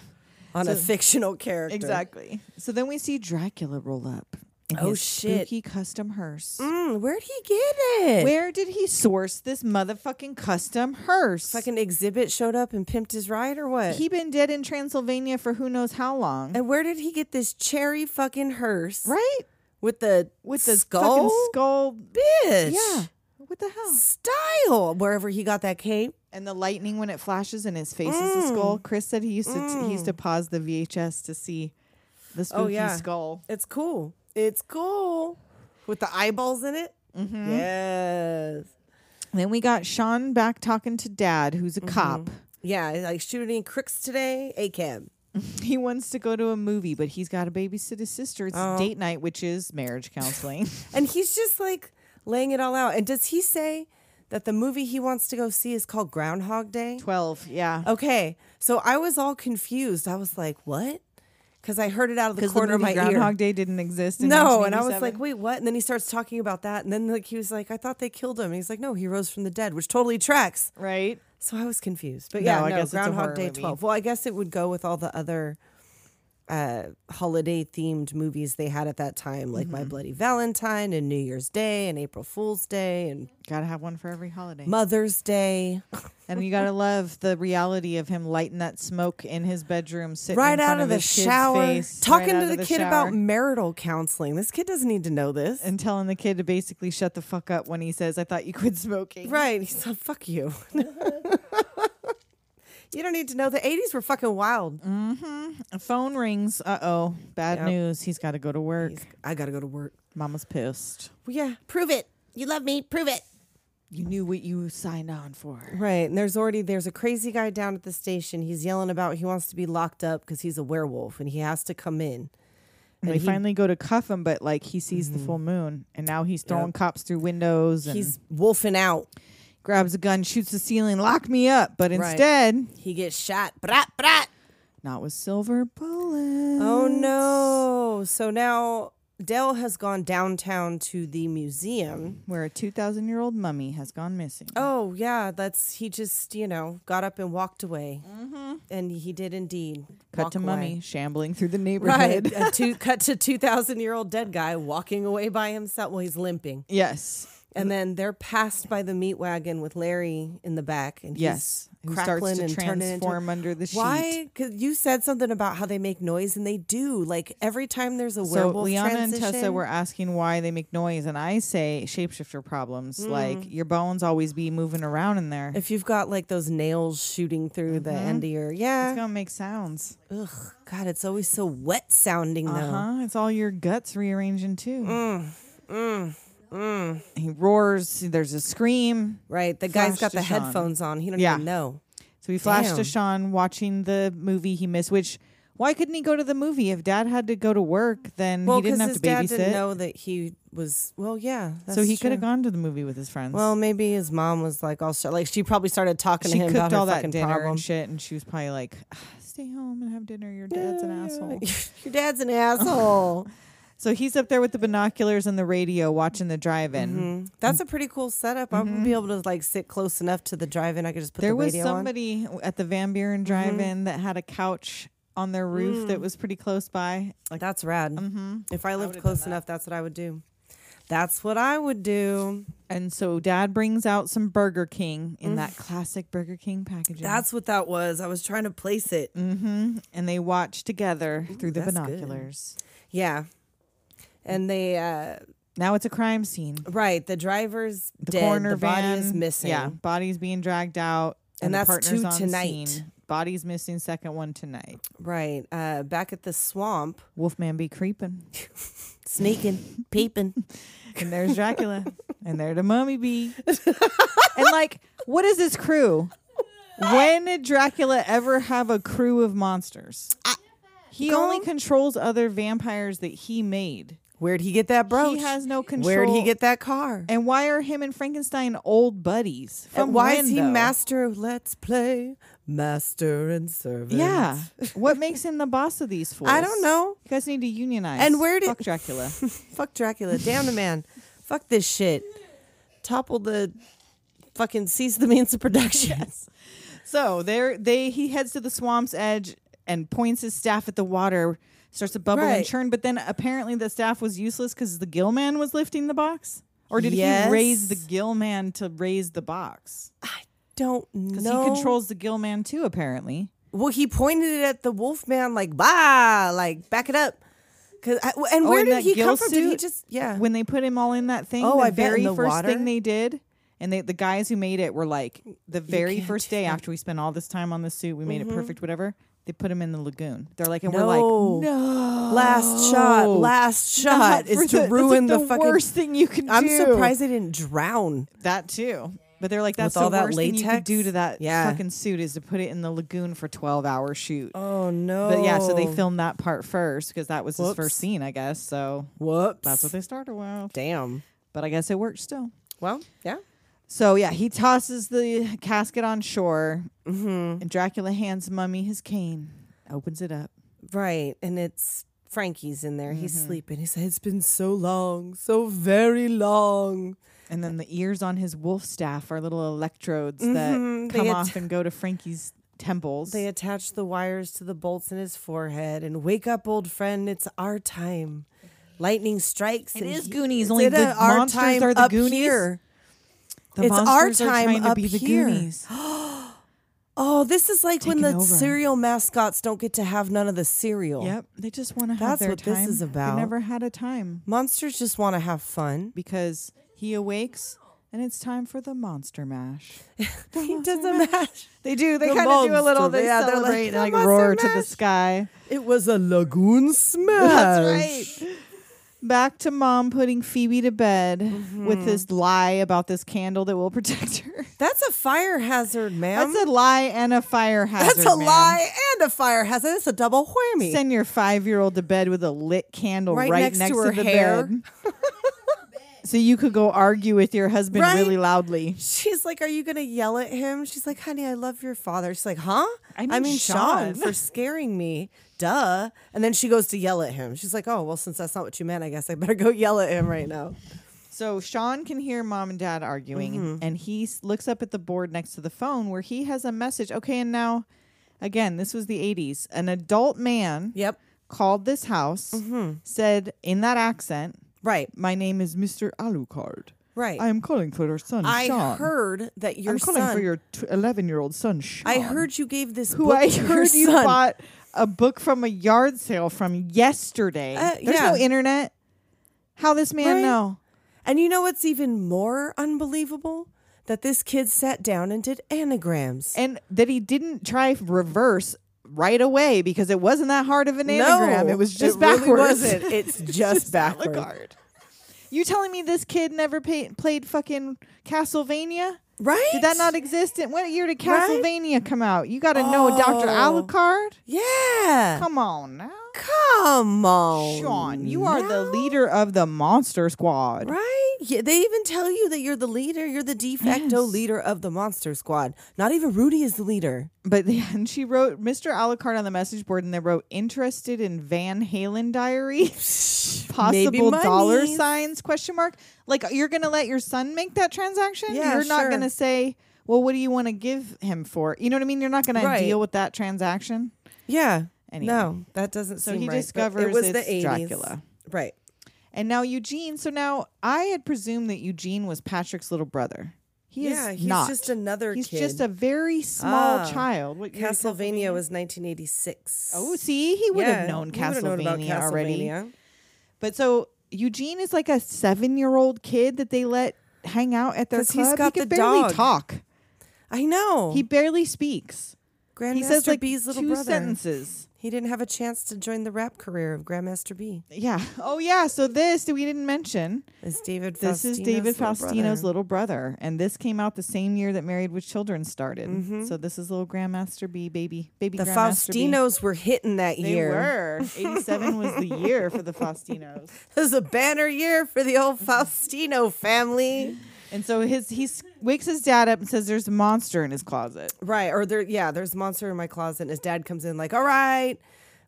[SPEAKER 6] on a fictional character.
[SPEAKER 5] exactly. So then we see Dracula roll up in
[SPEAKER 6] Oh,
[SPEAKER 5] his
[SPEAKER 6] shit.
[SPEAKER 5] spooky custom hearse.
[SPEAKER 6] Mm, where'd he get it?
[SPEAKER 5] Where did he source this motherfucking custom hearse?
[SPEAKER 6] Fucking exhibit showed up and pimped his ride or what?
[SPEAKER 5] he been dead in Transylvania for who knows how long,
[SPEAKER 6] and where did he get this cherry fucking hearse?
[SPEAKER 5] right?
[SPEAKER 6] With the
[SPEAKER 5] With the
[SPEAKER 6] skull?
[SPEAKER 5] fucking skull,
[SPEAKER 6] Bitch.
[SPEAKER 5] yeah. What the hell?
[SPEAKER 6] Style. Wherever he got that cape.
[SPEAKER 5] And the lightning when it flashes and his face is the
[SPEAKER 6] Mm.
[SPEAKER 5] skull. Chris said he used to he used to pause the VHS to see the spooky
[SPEAKER 6] Oh, yeah.
[SPEAKER 5] skull.
[SPEAKER 6] It's cool. It's cool. With the eyeballs in it. Mm-hmm. Yes.
[SPEAKER 5] Then we got Sean back talking to Dad, who's
[SPEAKER 6] Mm-hmm.
[SPEAKER 5] a cop.
[SPEAKER 6] Yeah, like shooting crooks today. A cab.
[SPEAKER 5] He wants to go to a movie, but he's got to babysit his sister. It's
[SPEAKER 6] Oh.
[SPEAKER 5] date night, which is marriage counseling.
[SPEAKER 6] And he's just like laying it all out. And does he say that the movie he wants to go see is called Groundhog Day?
[SPEAKER 5] Twelve, yeah.
[SPEAKER 6] Okay. So I was all confused. I was like, what? Because I heard it out of the
[SPEAKER 5] Because the
[SPEAKER 6] corner of my
[SPEAKER 5] movie Groundhog
[SPEAKER 6] ear.
[SPEAKER 5] Day didn't exist. In
[SPEAKER 6] No, and I was
[SPEAKER 5] 1987.
[SPEAKER 6] like, wait, what? And then he starts talking about that. And then like he was like, I thought they killed him. And he's like, no, he rose from the dead, which totally tracks.
[SPEAKER 5] right?
[SPEAKER 6] So I was confused. But yeah,
[SPEAKER 5] No,
[SPEAKER 6] no,
[SPEAKER 5] I guess it's a horror
[SPEAKER 6] Groundhog Day
[SPEAKER 5] movie.
[SPEAKER 6] 12. Well, I guess it would go with all the other uh, holiday themed movies they had at that time, like
[SPEAKER 5] Mm-hmm.
[SPEAKER 6] My Bloody Valentine and New Year's Day and April Fool's Day and
[SPEAKER 5] Gotta have one for every holiday.
[SPEAKER 6] Mother's Day.
[SPEAKER 5] And you gotta love the reality of him lighting that smoke in his bedroom, sitting
[SPEAKER 6] Right
[SPEAKER 5] in
[SPEAKER 6] out
[SPEAKER 5] front
[SPEAKER 6] of the
[SPEAKER 5] his kid's
[SPEAKER 6] shower,
[SPEAKER 5] face,
[SPEAKER 6] talking
[SPEAKER 5] right out
[SPEAKER 6] to
[SPEAKER 5] of
[SPEAKER 6] the, kid
[SPEAKER 5] shower,
[SPEAKER 6] about marital counseling. This kid doesn't need to know this.
[SPEAKER 5] and telling the kid to basically shut the fuck up when he says, "I thought you quit smoking."
[SPEAKER 6] right. He's like, fuck you. you don't need to know. The 80s were fucking wild.
[SPEAKER 5] Mm. A phone rings. Uh oh, bad news. He's got to go to work.
[SPEAKER 6] I got to go to work.
[SPEAKER 5] Mama's pissed.
[SPEAKER 6] Well, yeah. Prove it. You love me. Prove it.
[SPEAKER 5] You knew what you signed on for.
[SPEAKER 6] Right. And there's already there's a crazy guy down at the station. He's yelling about he wants to be locked up because he's a werewolf and he has to come in.
[SPEAKER 5] And they finally go to cuff him, but like he sees the full moon, and now he's throwing cops through windows. And
[SPEAKER 6] Mm-hmm. He's wolfing out.
[SPEAKER 5] grabs a gun, shoots the ceiling, lock me up. But
[SPEAKER 6] Right.
[SPEAKER 5] instead,
[SPEAKER 6] He gets shot. Brat brat.
[SPEAKER 5] not with silver bullets.
[SPEAKER 6] Oh no. So now Dell has gone downtown to the museum.
[SPEAKER 5] where a 2,000 year old mummy has gone missing.
[SPEAKER 6] Oh yeah, that's he just you know got up and walked away, and he did indeed
[SPEAKER 5] Mm-hmm. Cut
[SPEAKER 6] walk
[SPEAKER 5] to
[SPEAKER 6] away.
[SPEAKER 5] mummy shambling through the
[SPEAKER 6] Right,
[SPEAKER 5] neighborhood.
[SPEAKER 6] a two, cut to two thousand year old dead guy walking away by himself. Well, he's limping,
[SPEAKER 5] Yes.
[SPEAKER 6] and then they're passed by the meat wagon with Larry in the back, and he's
[SPEAKER 5] Yes. Who starts
[SPEAKER 6] crackling
[SPEAKER 5] to
[SPEAKER 6] and turning into-
[SPEAKER 5] transform under the sheet.
[SPEAKER 6] Why? Because you said something about how they make noise, and they do. Like every time there's a
[SPEAKER 5] So
[SPEAKER 6] werewolf
[SPEAKER 5] Liana
[SPEAKER 6] transition,
[SPEAKER 5] and Tessa were asking why they make noise, and I say shapeshifter problems. Like your bones always be moving around in there.
[SPEAKER 6] Mm. if you've got like those nails shooting through the end of your
[SPEAKER 5] Mm-hmm. it's
[SPEAKER 6] yeah,
[SPEAKER 5] gonna make sounds.
[SPEAKER 6] ugh, God, it's always so wet sounding though.
[SPEAKER 5] Uh huh. It's all your guts rearranging too.
[SPEAKER 6] Mm,
[SPEAKER 5] He roars. There's a scream.
[SPEAKER 6] Right, the guy's
[SPEAKER 5] Flash
[SPEAKER 6] got
[SPEAKER 5] to
[SPEAKER 6] the
[SPEAKER 5] Sean.
[SPEAKER 6] headphones on. He don't
[SPEAKER 5] Yeah.
[SPEAKER 6] even know.
[SPEAKER 5] So we flash to
[SPEAKER 6] Damn.
[SPEAKER 5] Sean watching the movie he missed. Which why couldn't he go to the movie if Dad had to go to work? Then
[SPEAKER 6] Well,
[SPEAKER 5] he didn't
[SPEAKER 6] because
[SPEAKER 5] have
[SPEAKER 6] his
[SPEAKER 5] to
[SPEAKER 6] dad didn't
[SPEAKER 5] babysit.
[SPEAKER 6] know that he was. Well, yeah,
[SPEAKER 5] So he could have
[SPEAKER 6] gone.
[SPEAKER 5] gone to the movie with his friends.
[SPEAKER 6] Well, maybe his mom was like, "I'll start." Like she probably started talking
[SPEAKER 5] she
[SPEAKER 6] to him
[SPEAKER 5] cooked
[SPEAKER 6] about her
[SPEAKER 5] all that
[SPEAKER 6] fucking
[SPEAKER 5] dinner
[SPEAKER 6] problem.
[SPEAKER 5] and shit, and she was probably like, "Ah, "Stay home and have dinner. Your dad's an asshole."
[SPEAKER 6] Your dad's an asshole.
[SPEAKER 5] So he's up there with the binoculars and the radio, watching the drive-in.
[SPEAKER 6] That's a pretty cool setup. I would be able to like sit close enough to the drive-in. I could just put
[SPEAKER 5] Mm-hmm. There
[SPEAKER 6] the
[SPEAKER 5] was
[SPEAKER 6] radio Mm-hmm.
[SPEAKER 5] somebody at the Van Buren Drive-in that had a couch on their roof
[SPEAKER 6] Mm.
[SPEAKER 5] that was pretty close by.
[SPEAKER 6] on.
[SPEAKER 5] Like,
[SPEAKER 6] That's rad.
[SPEAKER 5] Mm-hmm.
[SPEAKER 6] If I lived close enough, that's what I would do. That's what I would do.
[SPEAKER 5] and so Dad brings out some Burger King in that classic Burger King packaging.
[SPEAKER 6] Mm. That's what that was. I was trying to place it.
[SPEAKER 5] Mm. and they watch together through the
[SPEAKER 6] that's good.
[SPEAKER 5] binoculars.
[SPEAKER 6] Yeah. And they uh
[SPEAKER 5] Now it's a crime scene.
[SPEAKER 6] right, the driver's
[SPEAKER 5] The
[SPEAKER 6] dead,
[SPEAKER 5] corner
[SPEAKER 6] the body
[SPEAKER 5] van
[SPEAKER 6] is missing.
[SPEAKER 5] Yeah, body's being dragged out,
[SPEAKER 6] And
[SPEAKER 5] the
[SPEAKER 6] that's
[SPEAKER 5] partner's
[SPEAKER 6] two
[SPEAKER 5] on
[SPEAKER 6] tonight.
[SPEAKER 5] Scene. Body's missing. Second one tonight.
[SPEAKER 6] Right. Uh back at the swamp,
[SPEAKER 5] Wolfman be creeping,
[SPEAKER 6] sneaking, peeping.
[SPEAKER 5] and there's Dracula, and there the mummy be, and like, what is this crew? When did Dracula ever have a crew of monsters? He only
[SPEAKER 6] Gone.
[SPEAKER 5] controls other vampires that he made.
[SPEAKER 6] Where'd he get that brooch?
[SPEAKER 5] He has no control.
[SPEAKER 6] Where'd he get that car?
[SPEAKER 5] And why are him and Frankenstein old buddies? From
[SPEAKER 6] And why
[SPEAKER 5] when,
[SPEAKER 6] is he
[SPEAKER 5] though?
[SPEAKER 6] master? of Let's play master and servant.
[SPEAKER 5] Yeah. what makes him the boss of these fools?
[SPEAKER 6] I don't know.
[SPEAKER 5] You guys need to unionize.
[SPEAKER 6] And where did-
[SPEAKER 5] Fuck Dracula?
[SPEAKER 6] Fuck Dracula. Damn the man. Fuck this shit. Topple the fucking cease the means of production.
[SPEAKER 5] so there, they he heads to the swamp's edge and points his staff at the water. Starts to bubble and
[SPEAKER 6] Right.
[SPEAKER 5] churn, but then apparently the staff was useless because the gill man was lifting the box. Or did
[SPEAKER 6] Yes.
[SPEAKER 5] he raise the gill man to raise the box?
[SPEAKER 6] Don't
[SPEAKER 5] Because
[SPEAKER 6] know.
[SPEAKER 5] he controls the gill man too, apparently.
[SPEAKER 6] Well, he pointed it at the wolf man like, bah, like back it up. Cause I, and
[SPEAKER 5] Oh,
[SPEAKER 6] where
[SPEAKER 5] and
[SPEAKER 6] did
[SPEAKER 5] that
[SPEAKER 6] he
[SPEAKER 5] gill
[SPEAKER 6] come from? Did he
[SPEAKER 5] suit,
[SPEAKER 6] just yeah?
[SPEAKER 5] When they put him all in that thing,
[SPEAKER 6] Oh,
[SPEAKER 5] the
[SPEAKER 6] I bet in
[SPEAKER 5] very
[SPEAKER 6] the
[SPEAKER 5] first
[SPEAKER 6] water?
[SPEAKER 5] thing they did, and they, the guys who made it were like, the very
[SPEAKER 6] can't
[SPEAKER 5] first
[SPEAKER 6] do Mm-hmm.
[SPEAKER 5] day after we spent all this time on the suit, we made it perfect, whatever. They put him in the lagoon. They're like, and
[SPEAKER 6] No.
[SPEAKER 5] we're like, no,
[SPEAKER 6] last shot, last shot
[SPEAKER 5] Oh. Not for
[SPEAKER 6] is
[SPEAKER 5] the-
[SPEAKER 6] to
[SPEAKER 5] that's, like,
[SPEAKER 6] ruin
[SPEAKER 5] the,
[SPEAKER 6] the, fucking.
[SPEAKER 5] worst thing you can
[SPEAKER 6] I'm
[SPEAKER 5] do.
[SPEAKER 6] surprised they didn't drown.
[SPEAKER 5] that too. But they're like, that's
[SPEAKER 6] all
[SPEAKER 5] the
[SPEAKER 6] that
[SPEAKER 5] worst thing you could do
[SPEAKER 6] latex?
[SPEAKER 5] to that
[SPEAKER 6] Yeah.
[SPEAKER 5] fucking suit is to put it in the lagoon for twelve hour shoot.
[SPEAKER 6] Oh no!
[SPEAKER 5] But yeah, so they filmed that part first because that was his
[SPEAKER 6] Whoops.
[SPEAKER 5] first scene, I guess. So
[SPEAKER 6] Whoops.
[SPEAKER 5] that's what they started with.
[SPEAKER 6] Damn.
[SPEAKER 5] But I guess it worked still.
[SPEAKER 6] Well, yeah.
[SPEAKER 5] So yeah, he tosses the casket on shore,
[SPEAKER 6] Mm-hmm.
[SPEAKER 5] and Dracula hands Mummy his cane, opens it up.
[SPEAKER 6] Right. And it's Frankie's in there. He's sleeping. He said, It's been so long, so very long.
[SPEAKER 5] And then the ears on his wolf staff are little electrodes that
[SPEAKER 6] Mhm, they
[SPEAKER 5] come
[SPEAKER 6] att-
[SPEAKER 5] off and go to Frankie's temples.
[SPEAKER 6] They attach the wires to the bolts in his forehead and wake up, old friend. It's our time. Lightning strikes. It
[SPEAKER 5] is Goonies, only the monsters are the Goonies? the
[SPEAKER 6] it's our
[SPEAKER 5] monsters are
[SPEAKER 6] time
[SPEAKER 5] trying to
[SPEAKER 6] up
[SPEAKER 5] be the
[SPEAKER 6] here.
[SPEAKER 5] Goonies.
[SPEAKER 6] Oh, this is like when
[SPEAKER 5] Taking
[SPEAKER 6] the
[SPEAKER 5] over.
[SPEAKER 6] cereal mascots don't get to have none of the cereal.
[SPEAKER 5] yep, they just want to have
[SPEAKER 6] That's
[SPEAKER 5] their
[SPEAKER 6] what
[SPEAKER 5] time.
[SPEAKER 6] this is about.
[SPEAKER 5] They never had a time
[SPEAKER 6] Monsters just want to have fun.
[SPEAKER 5] because he awakes and it's time for the monster mash.
[SPEAKER 6] He does a mash.
[SPEAKER 5] They do. They
[SPEAKER 6] The
[SPEAKER 5] kind of do a little.
[SPEAKER 6] monster-
[SPEAKER 5] They
[SPEAKER 6] yeah, they're like,
[SPEAKER 5] celebrate
[SPEAKER 6] "The
[SPEAKER 5] and like
[SPEAKER 6] monster
[SPEAKER 5] roar to the
[SPEAKER 6] mash."
[SPEAKER 5] sky.
[SPEAKER 6] It was a lagoon smash.
[SPEAKER 5] That's right. Back to mom putting Phoebe to bed with this lie about this candle that will protect her.
[SPEAKER 6] That's a fire hazard, ma'am.
[SPEAKER 5] That's a lie and a fire hazard.
[SPEAKER 6] That's a
[SPEAKER 5] ma'am.
[SPEAKER 6] lie and a fire hazard. It's a double whammy.
[SPEAKER 5] Send your five year old to bed with a lit candle right, next, to,
[SPEAKER 6] her
[SPEAKER 5] the
[SPEAKER 6] hair.
[SPEAKER 5] bed. So you could go argue with your husband
[SPEAKER 6] Right?
[SPEAKER 5] really loudly.
[SPEAKER 6] She's like, "Are you gonna yell at him?" She's like, "Honey, I love your father." She's like, "Huh?"
[SPEAKER 5] I mean Sean."
[SPEAKER 6] Sean for scaring me, duh. And then she goes to yell at him. She's like, "Oh, well, since that's not what you meant, I guess I better go yell at him right now."
[SPEAKER 5] So Sean can hear mom and dad arguing, and he s- looks up at the board next to the phone where he has a message. Okay, and now, again, this was the 80s. An adult man
[SPEAKER 6] Yep.
[SPEAKER 5] called this house,
[SPEAKER 6] Mm-hmm.
[SPEAKER 5] said in that accent,
[SPEAKER 6] Right.
[SPEAKER 5] My name is Mr. Alucard.
[SPEAKER 6] Right.
[SPEAKER 5] I am calling for your son,
[SPEAKER 6] I
[SPEAKER 5] Sean.
[SPEAKER 6] heard that your
[SPEAKER 5] I'm calling
[SPEAKER 6] son.
[SPEAKER 5] for your 11 year old son, Sean.
[SPEAKER 6] I heard you gave this
[SPEAKER 5] who
[SPEAKER 6] book
[SPEAKER 5] I
[SPEAKER 6] to your
[SPEAKER 5] heard you
[SPEAKER 6] son.
[SPEAKER 5] bought a book from a yard sale from yesterday.
[SPEAKER 6] Uh,
[SPEAKER 5] There's
[SPEAKER 6] yeah.
[SPEAKER 5] no internet. How this man
[SPEAKER 6] Right?
[SPEAKER 5] know?
[SPEAKER 6] And you know what's even more unbelievable? That this kid sat down and did anagrams.
[SPEAKER 5] and that he didn't try reverse right away because it wasn't that hard of an anagram. it was just
[SPEAKER 6] it really
[SPEAKER 5] backwards.
[SPEAKER 6] wasn't. It's just backwards.
[SPEAKER 5] Alucard. You telling me this kid never pay, played fucking Castlevania?
[SPEAKER 6] Right?
[SPEAKER 5] Did that not exist? In, what year did
[SPEAKER 6] Right?
[SPEAKER 5] Castlevania come out? You got to know Dr.
[SPEAKER 6] Oh.
[SPEAKER 5] Alucard?
[SPEAKER 6] Yeah.
[SPEAKER 5] Come on now.
[SPEAKER 6] Come on.
[SPEAKER 5] Sean, you are the
[SPEAKER 6] now.
[SPEAKER 5] leader of the Monster Squad.
[SPEAKER 6] Right? Yeah, they even tell you that you're the leader. You're the de facto
[SPEAKER 5] Yes.
[SPEAKER 6] leader of the Monster Squad. Not even Rudy is the leader.
[SPEAKER 5] But then she wrote Mr. Alucard on the message board and they wrote interested in Van Halen diary. Possible dollar
[SPEAKER 6] monies.
[SPEAKER 5] signs question mark. Like uh, you're gonna let your son make that transaction?
[SPEAKER 6] Yeah,
[SPEAKER 5] you're not
[SPEAKER 6] sure.
[SPEAKER 5] gonna say, Well, what do you wanna give him for? You know what I mean? You're not gonna
[SPEAKER 6] Right.
[SPEAKER 5] deal with that transaction.
[SPEAKER 6] Yeah.
[SPEAKER 5] Anyway.
[SPEAKER 6] No, that doesn't
[SPEAKER 5] So
[SPEAKER 6] seem
[SPEAKER 5] he
[SPEAKER 6] right. but
[SPEAKER 5] discovers
[SPEAKER 6] it was
[SPEAKER 5] it's
[SPEAKER 6] the 80s.
[SPEAKER 5] Dracula.
[SPEAKER 6] Right.
[SPEAKER 5] And now Eugene, so now I had presumed that Eugene was Patrick's little brother. He
[SPEAKER 6] Yeah,
[SPEAKER 5] is
[SPEAKER 6] he's
[SPEAKER 5] not.
[SPEAKER 6] just another
[SPEAKER 5] He's
[SPEAKER 6] kid.
[SPEAKER 5] just a very small
[SPEAKER 6] Ah,
[SPEAKER 5] child. What year did
[SPEAKER 6] Castlevania was 1986.
[SPEAKER 5] Oh, see, he would
[SPEAKER 6] Yeah,
[SPEAKER 5] have known
[SPEAKER 6] he would've
[SPEAKER 5] Castlevania,
[SPEAKER 6] known about
[SPEAKER 5] already.
[SPEAKER 6] Castlevania.
[SPEAKER 5] But so Eugene is like a seven-year-old kid that they let hang out at their
[SPEAKER 6] 'Cause
[SPEAKER 5] club.
[SPEAKER 6] he's got
[SPEAKER 5] he
[SPEAKER 6] the
[SPEAKER 5] can barely
[SPEAKER 6] dog.
[SPEAKER 5] talk.
[SPEAKER 6] I know.
[SPEAKER 5] He barely speaks.
[SPEAKER 6] Grandmaster
[SPEAKER 5] he says like
[SPEAKER 6] B's little
[SPEAKER 5] two
[SPEAKER 6] brother.
[SPEAKER 5] sentences.
[SPEAKER 6] He didn't have a chance to join the rap career of Grandmaster B.
[SPEAKER 5] Yeah. Oh yeah. So this that we didn't mention.
[SPEAKER 6] Is David
[SPEAKER 5] This is
[SPEAKER 6] Faustino's
[SPEAKER 5] David
[SPEAKER 6] little
[SPEAKER 5] Faustino's
[SPEAKER 6] brother.
[SPEAKER 5] little brother, and this came out the same year that Married with Children started. So this is little Grandmaster B, baby, baby.
[SPEAKER 6] Mm-hmm. The
[SPEAKER 5] Grandmaster B.
[SPEAKER 6] Faustinos were hitting that
[SPEAKER 5] They
[SPEAKER 6] year.
[SPEAKER 5] were. Eighty-seven was the year for the Faustinos.
[SPEAKER 6] It was a banner year for the old Faustino family.
[SPEAKER 5] And so his he s- wakes his dad up and says there's a monster in his closet.
[SPEAKER 6] Right. Or there yeah, there's a monster in my closet and his dad comes in like, "All right,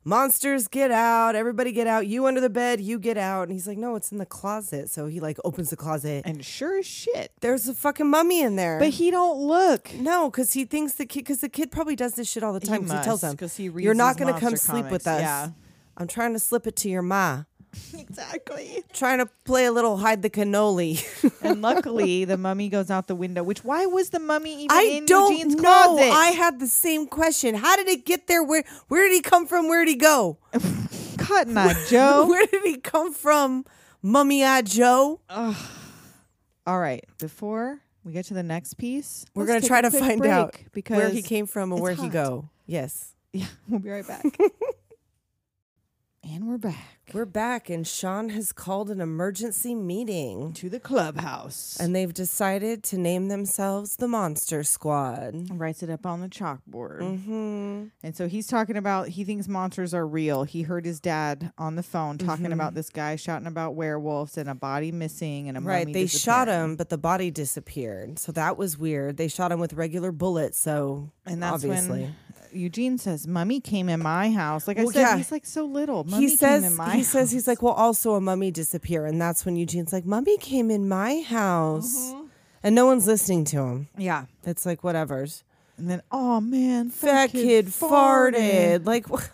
[SPEAKER 6] monsters get out. Everybody get out. You under the bed, you get out." And he's like, "No, it's in the closet." So he like opens the closet.
[SPEAKER 5] And sure as shit.
[SPEAKER 6] There's a fucking mummy in there.
[SPEAKER 5] But he don't look.
[SPEAKER 6] No, because he thinks the kid, because the kid probably does this shit all the time. 'cause He, tells
[SPEAKER 5] must,
[SPEAKER 6] them,
[SPEAKER 5] 'cause he
[SPEAKER 6] "You're
[SPEAKER 5] reads
[SPEAKER 6] not
[SPEAKER 5] his
[SPEAKER 6] gonna come
[SPEAKER 5] monster
[SPEAKER 6] sleep with us.
[SPEAKER 5] comics." Yeah.
[SPEAKER 6] I'm trying to slip it to your ma.
[SPEAKER 5] Exactly.
[SPEAKER 6] Trying to play a little hide the cannoli.
[SPEAKER 5] And luckily the mummy goes out the window, which why was the mummy even
[SPEAKER 6] I
[SPEAKER 5] in
[SPEAKER 6] don't
[SPEAKER 5] Eugene's
[SPEAKER 6] know.
[SPEAKER 5] closet?
[SPEAKER 6] I had the same question. How did it get there? Where Where did he come from? Where did he go?
[SPEAKER 5] Cotton Eye Joe.
[SPEAKER 6] Where did he come from? Mummy Eye Joe.
[SPEAKER 5] All right. Before we get to the next piece,
[SPEAKER 6] We're
[SPEAKER 5] let's
[SPEAKER 6] gonna
[SPEAKER 5] take
[SPEAKER 6] try
[SPEAKER 5] a
[SPEAKER 6] to
[SPEAKER 5] quick
[SPEAKER 6] find
[SPEAKER 5] break
[SPEAKER 6] out
[SPEAKER 5] because
[SPEAKER 6] where he came from and
[SPEAKER 5] it's
[SPEAKER 6] where he
[SPEAKER 5] hot.
[SPEAKER 6] go. Yes,
[SPEAKER 5] Yeah, we'll be right back. and we're back
[SPEAKER 6] we're back, and Sean has called an emergency meeting.
[SPEAKER 5] to the clubhouse.
[SPEAKER 6] And they've decided to name themselves the Monster Squad. Mm-hmm.
[SPEAKER 5] writes it up on the chalkboard.
[SPEAKER 6] Mm.
[SPEAKER 5] And so he's talking about he thinks monsters are real. He heard his dad on the phone talking
[SPEAKER 6] Mm-hmm.
[SPEAKER 5] about this guy shouting about werewolves and a body missing and a
[SPEAKER 6] Right.
[SPEAKER 5] mummy
[SPEAKER 6] They shot
[SPEAKER 5] disappearing.
[SPEAKER 6] him, but the body disappeared. So that was weird. They shot him with regular bullets. So
[SPEAKER 5] And that's
[SPEAKER 6] obviously.
[SPEAKER 5] when Eugene says, "Mummy came in my house." Like I
[SPEAKER 6] Well,
[SPEAKER 5] said,
[SPEAKER 6] yeah.
[SPEAKER 5] he's like so little. Mummy
[SPEAKER 6] he
[SPEAKER 5] came in
[SPEAKER 6] says
[SPEAKER 5] my
[SPEAKER 6] he
[SPEAKER 5] house.
[SPEAKER 6] says he's like, well, also a mummy disappeared, and that's when Eugene's like, mummy came in my house,
[SPEAKER 5] Mm-hmm.
[SPEAKER 6] and no one's listening to him.
[SPEAKER 5] yeah.
[SPEAKER 6] It's like whatever's
[SPEAKER 5] And then, oh man,
[SPEAKER 6] fat kid, farted. Like wh-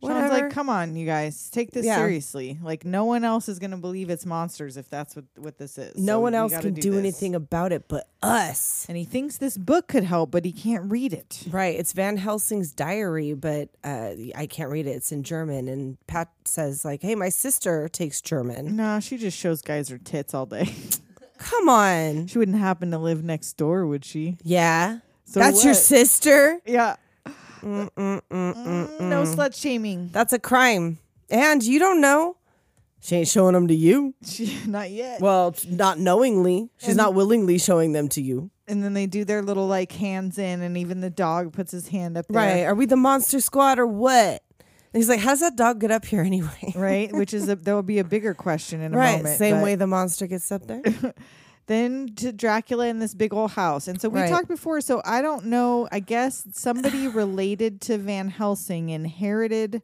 [SPEAKER 5] Sean's
[SPEAKER 6] whatever.
[SPEAKER 5] like, come on, you guys, take this
[SPEAKER 6] Yeah.
[SPEAKER 5] seriously. Like, no one else is gonna believe it's monsters if that's what what this is.
[SPEAKER 6] no
[SPEAKER 5] So
[SPEAKER 6] one
[SPEAKER 5] we
[SPEAKER 6] else
[SPEAKER 5] gotta
[SPEAKER 6] can do
[SPEAKER 5] this.
[SPEAKER 6] anything about it but us.
[SPEAKER 5] And he thinks this book could help, but he can't read it.
[SPEAKER 6] Right. It's Van Helsing's diary, but uh, I can't read it. It's in German. And Pat says, like, hey, my sister takes German.
[SPEAKER 5] No, she just shows guys her tits all day.
[SPEAKER 6] Come on.
[SPEAKER 5] she wouldn't happen to live next door, would she?
[SPEAKER 6] Yeah.
[SPEAKER 5] So
[SPEAKER 6] That's your
[SPEAKER 5] what?
[SPEAKER 6] sister?
[SPEAKER 5] Yeah.
[SPEAKER 6] Mm,
[SPEAKER 5] Mm, No slut shaming.
[SPEAKER 6] That's a crime. And you don't know. She ain't showing them to you.
[SPEAKER 5] She, not yet.
[SPEAKER 6] Well, not knowingly. She's not willingly showing them to you.
[SPEAKER 5] and then they do their little like hands in, and even the dog puts his hand up there.
[SPEAKER 6] Right. Are we the monster squad or what? He's like, how's that dog get up here anyway?
[SPEAKER 5] right? Which is a, there will be a bigger question in a
[SPEAKER 6] Right.
[SPEAKER 5] moment.
[SPEAKER 6] Same
[SPEAKER 5] but-
[SPEAKER 6] way the monster gets up there.
[SPEAKER 5] then to Dracula in this big old house. And so we
[SPEAKER 6] Right.
[SPEAKER 5] talked before, so I don't know. I guess somebody related to Van Helsing inherited